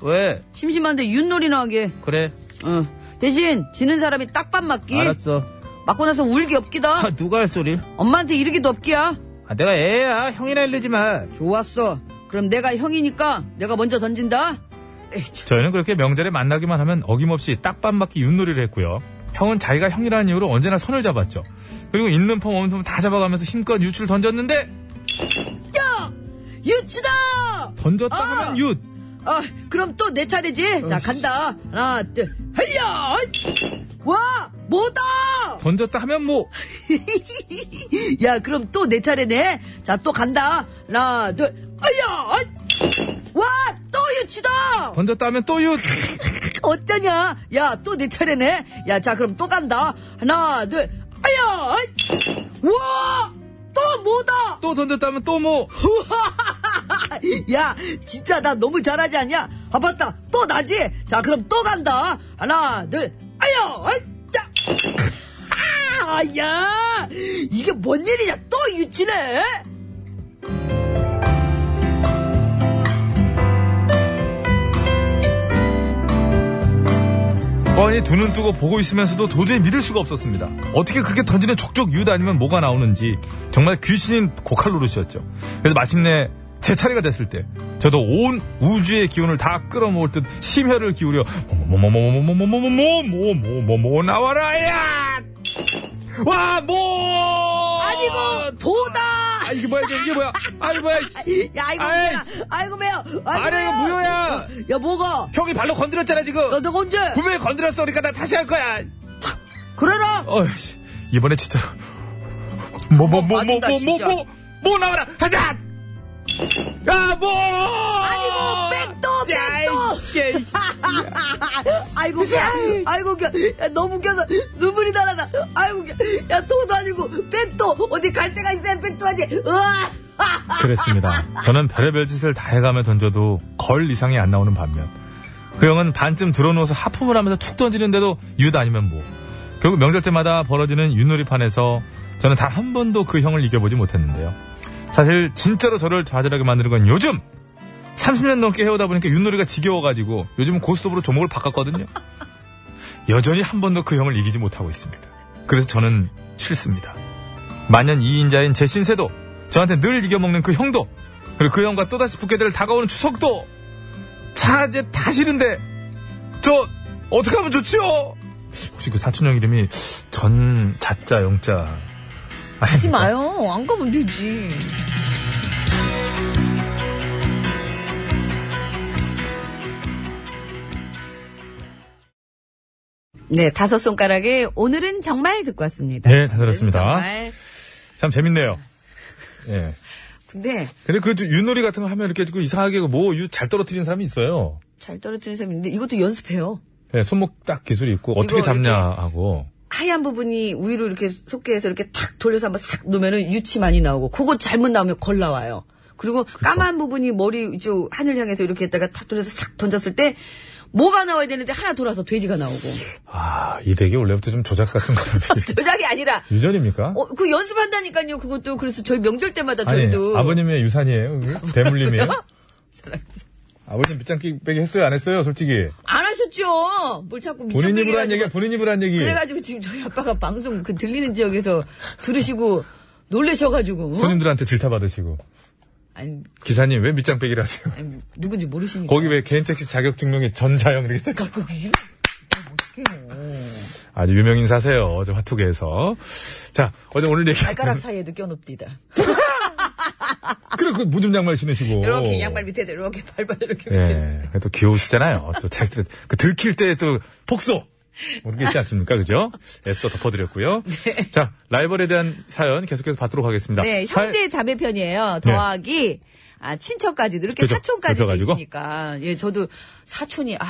왜?
심심한데 윷놀이나 하게.
그래.
어. 대신 지는 사람이 딱밥 맞기.
알았어.
맞고 나서 울기 없기다.
아, 누가 할 소리?
엄마한테 이르기도 없기야.
아, 내가 애야. 형이나 일르지 마.
좋았어. 그럼 내가 형이니까 내가 먼저 던진다.
저희는 그렇게 명절에 만나기만 하면 어김없이 딱밥 맞기 윷놀이를 했고요. 형은 자기가 형이라는 이유로 언제나 선을 잡았죠. 그리고 있는 폼 없는 폼 다 잡아가면서 힘껏 유추를 던졌는데
유치다!
던졌다
아!
하면 윷.
아, 그럼 또 내 차례지. 자, 간다. 하나, 둘, 헐려! 와! 뭐다!
던졌다 하면 뭐.
야, 그럼 또 내 차례네. 자, 또 간다. 하나, 둘, 헐려! 와! 또 유치다!
던졌다 하면 또 윷.
어쩌냐? 야, 또 내 차례네. 야, 자, 그럼 또 간다. 하나, 둘, 아야! 우와! 또 뭐다!
또 던졌다 하면 또 뭐.
야, 진짜 나 너무 잘하지 않냐? 아, 맞다. 또 나지? 자, 그럼 또 간다. 하나, 둘, 아야! 어이, 자! 아, 야! 이게 뭔 일이냐? 또 유치네?
뻔히 두 눈 뜨고 보고 있으면서도 도저히 믿을 수가 없었습니다. 어떻게 그렇게 던지는 족족 이웃 아니면 뭐가 나오는지 정말 귀신인 고칼 노릇이었죠. 그래서 마침내 제 차례가 됐을 때 저도 온 우주의 기운을 다 끌어모을 듯 심혈을 기울여 뭐뭐뭐뭐뭐뭐뭐뭐뭐뭐뭐뭐 나와라 야! 와 뭐!
아니고 도다.
아 이게 뭐야 이게 뭐야? 아이 뭐야?
야 이거
아이.
뭐야? 아이고 매요.
아니 이거 무효야.
야 뭐가?
형이 발로 건드렸잖아 지금.
야 내가 언제?
분명히 건드렸어 그러니까 나 다시 할 거야.
그래라.
어이씨, 이번에 진짜로. 뭐, 뭐, 뭐, 뭐,
맞는다,
뭐, 뭐,
진짜.
뭐, 뭐 나와라! 가자! 야, 뭐!
아니고 뭐, 백도 백도.
백도!
아이고 웃겨. 아이고 웃겨. 야, 너무 웃겨서 눈물이 날아나. 아이고 웃겨. 야 도도 아니고 백도 어디 갈 데가 있어야 백도 하지. 으아.
그랬습니다. 저는 별의별 짓을 다 해가며 던져도 걸 이상이 안 나오는 반면 그 형은 반쯤 들어누워서 하품을 하면서 툭 던지는데도 윷 아니면 뭐 결국 명절 때마다 벌어지는 윷놀이판에서 저는 단 한 번도 그 형을 이겨보지 못했는데요. 사실 진짜로 저를 좌절하게 만드는 건 요즘 30년 넘게 해오다 보니까 윷놀이가 지겨워가지고 요즘은 고스톱으로 종목을 바꿨거든요. 여전히 한 번도 그 형을 이기지 못하고 있습니다. 그래서 저는 싫습니다. 만년 2인자인 제 신세도 저한테 늘 이겨먹는 그 형도 그리고 그 형과 또다시 붙게 될 다가오는 추석도 자 이제 다 싫은데 저 어떻게 하면 좋지요? 혹시 그 사촌 형 이름이 전 자자 영자 하지
마요. 안 가면 되지.
네, 다섯 손가락에 오늘은 정말 듣고 왔습니다.
네, 다 들었습니다.
오늘은 정말.
참 재밌네요. 예.
근데
근데 그 윷놀이 같은 거 하면 이렇게 그 이상하게 뭐윷잘 떨어뜨리는 사람이 있어요.
잘 떨어뜨리는 사람이 있는데 이것도 연습해요.
예, 손목 딱 기술이 있고 어떻게
이거
잡냐
이렇게.
하고.
하얀 부분이 위로 이렇게 속개에서 이렇게 탁 돌려서 한번 싹 놓으면은 유치 많이 나오고 그거 잘못 나오면 걸 나와요. 그리고
그러니까.
까만 부분이 머리 쪽 하늘 향해서 이렇게 했다가 탁 돌려서 싹 던졌을 때 뭐가 나와야 되는데 하나 돌아서 돼지가 나오고
아, 이 댁이 원래부터 좀 조작 같은 거라면
조작이 아니라
유전입니까?
어, 그 연습한다니까요. 그것도 그래서 저희 명절 때마다
아니,
저희도
아버님의 유산이에요. 그게? 대물림이에요. 아버님 밑장 빼기 했어요, 안 했어요, 솔직히.
안 하셨죠. 뭘 자꾸
본인 입으로 한
미적분이라는
얘기야, 본인 입으로 한 얘기.
그래가지고 지금 저희 아빠가 방송 그 들리는 지역에서 들으시고 놀래셔가지고 어?
손님들한테 질타 받으시고.
아니,
기사님, 왜 밑장 빼기를 하세요?
아니, 누군지 모르시니까
거기 왜 개인택시 자격증명에 전자형 이렇게 써
갖고 가요?
아주 유명인사세요. 어제 화투계에서. 자, 어제 오늘 얘기.
발가락 사이에도 껴놓읍디다.
그래, 그 무좀 양말 신으시고.
이렇게 양발 밑에도 이렇게 발발 이렇게.
예. 그래도 또 귀여우시잖아요. 또 자식들, 그 들킬 때 또 폭소! 모르게 있지 않습니까? 그죠? 애써 덮어드렸고요.
네.
자, 라이벌에 대한 사연 계속해서 받도록 하겠습니다.
네,
사-
형제 자매 편이에요.
네.
더하기 아 친척까지도 이렇게
그죠.
사촌까지도
그래가지고.
있으니까 예 저도 사촌이 아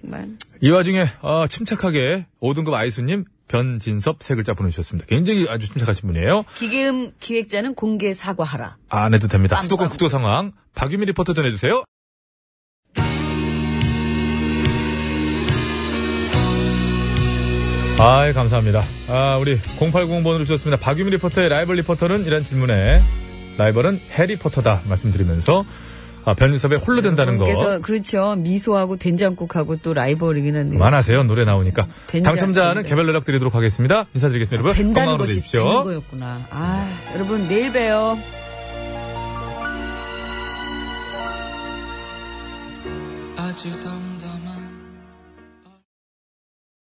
정말
이 와중에 어, 침착하게 5등급 아이수님 변진섭 세 글자 보내주셨습니다. 굉장히 아주 침착하신 분이에요.
기계음 기획자는 공개 사과하라.
아, 안 해도 됩니다.
빵,
수도권
빵.
국도 상황 박유미 리포터 전해주세요. 아이 감사합니다. 아 우리 080번으로 주셨습니다. 박유미 리포터의 라이벌 리포터는 이란 질문에 라이벌은 해리포터다 말씀드리면서 아, 변진섭에 홀로 된다는 거
그래서 그렇죠. 미소하고 된장국하고 또 라이벌이긴 한데.
그만하세요 노래 나오니까
된지
당첨자는
않겠는데.
개별 연락 드리도록 하겠습니다. 인사드리겠습니다. 여러분
아, 된다는
건강으로
것이
되십시오.
되는 거였구나. 아, 여러분 내일 봬요.
아주 덤덤한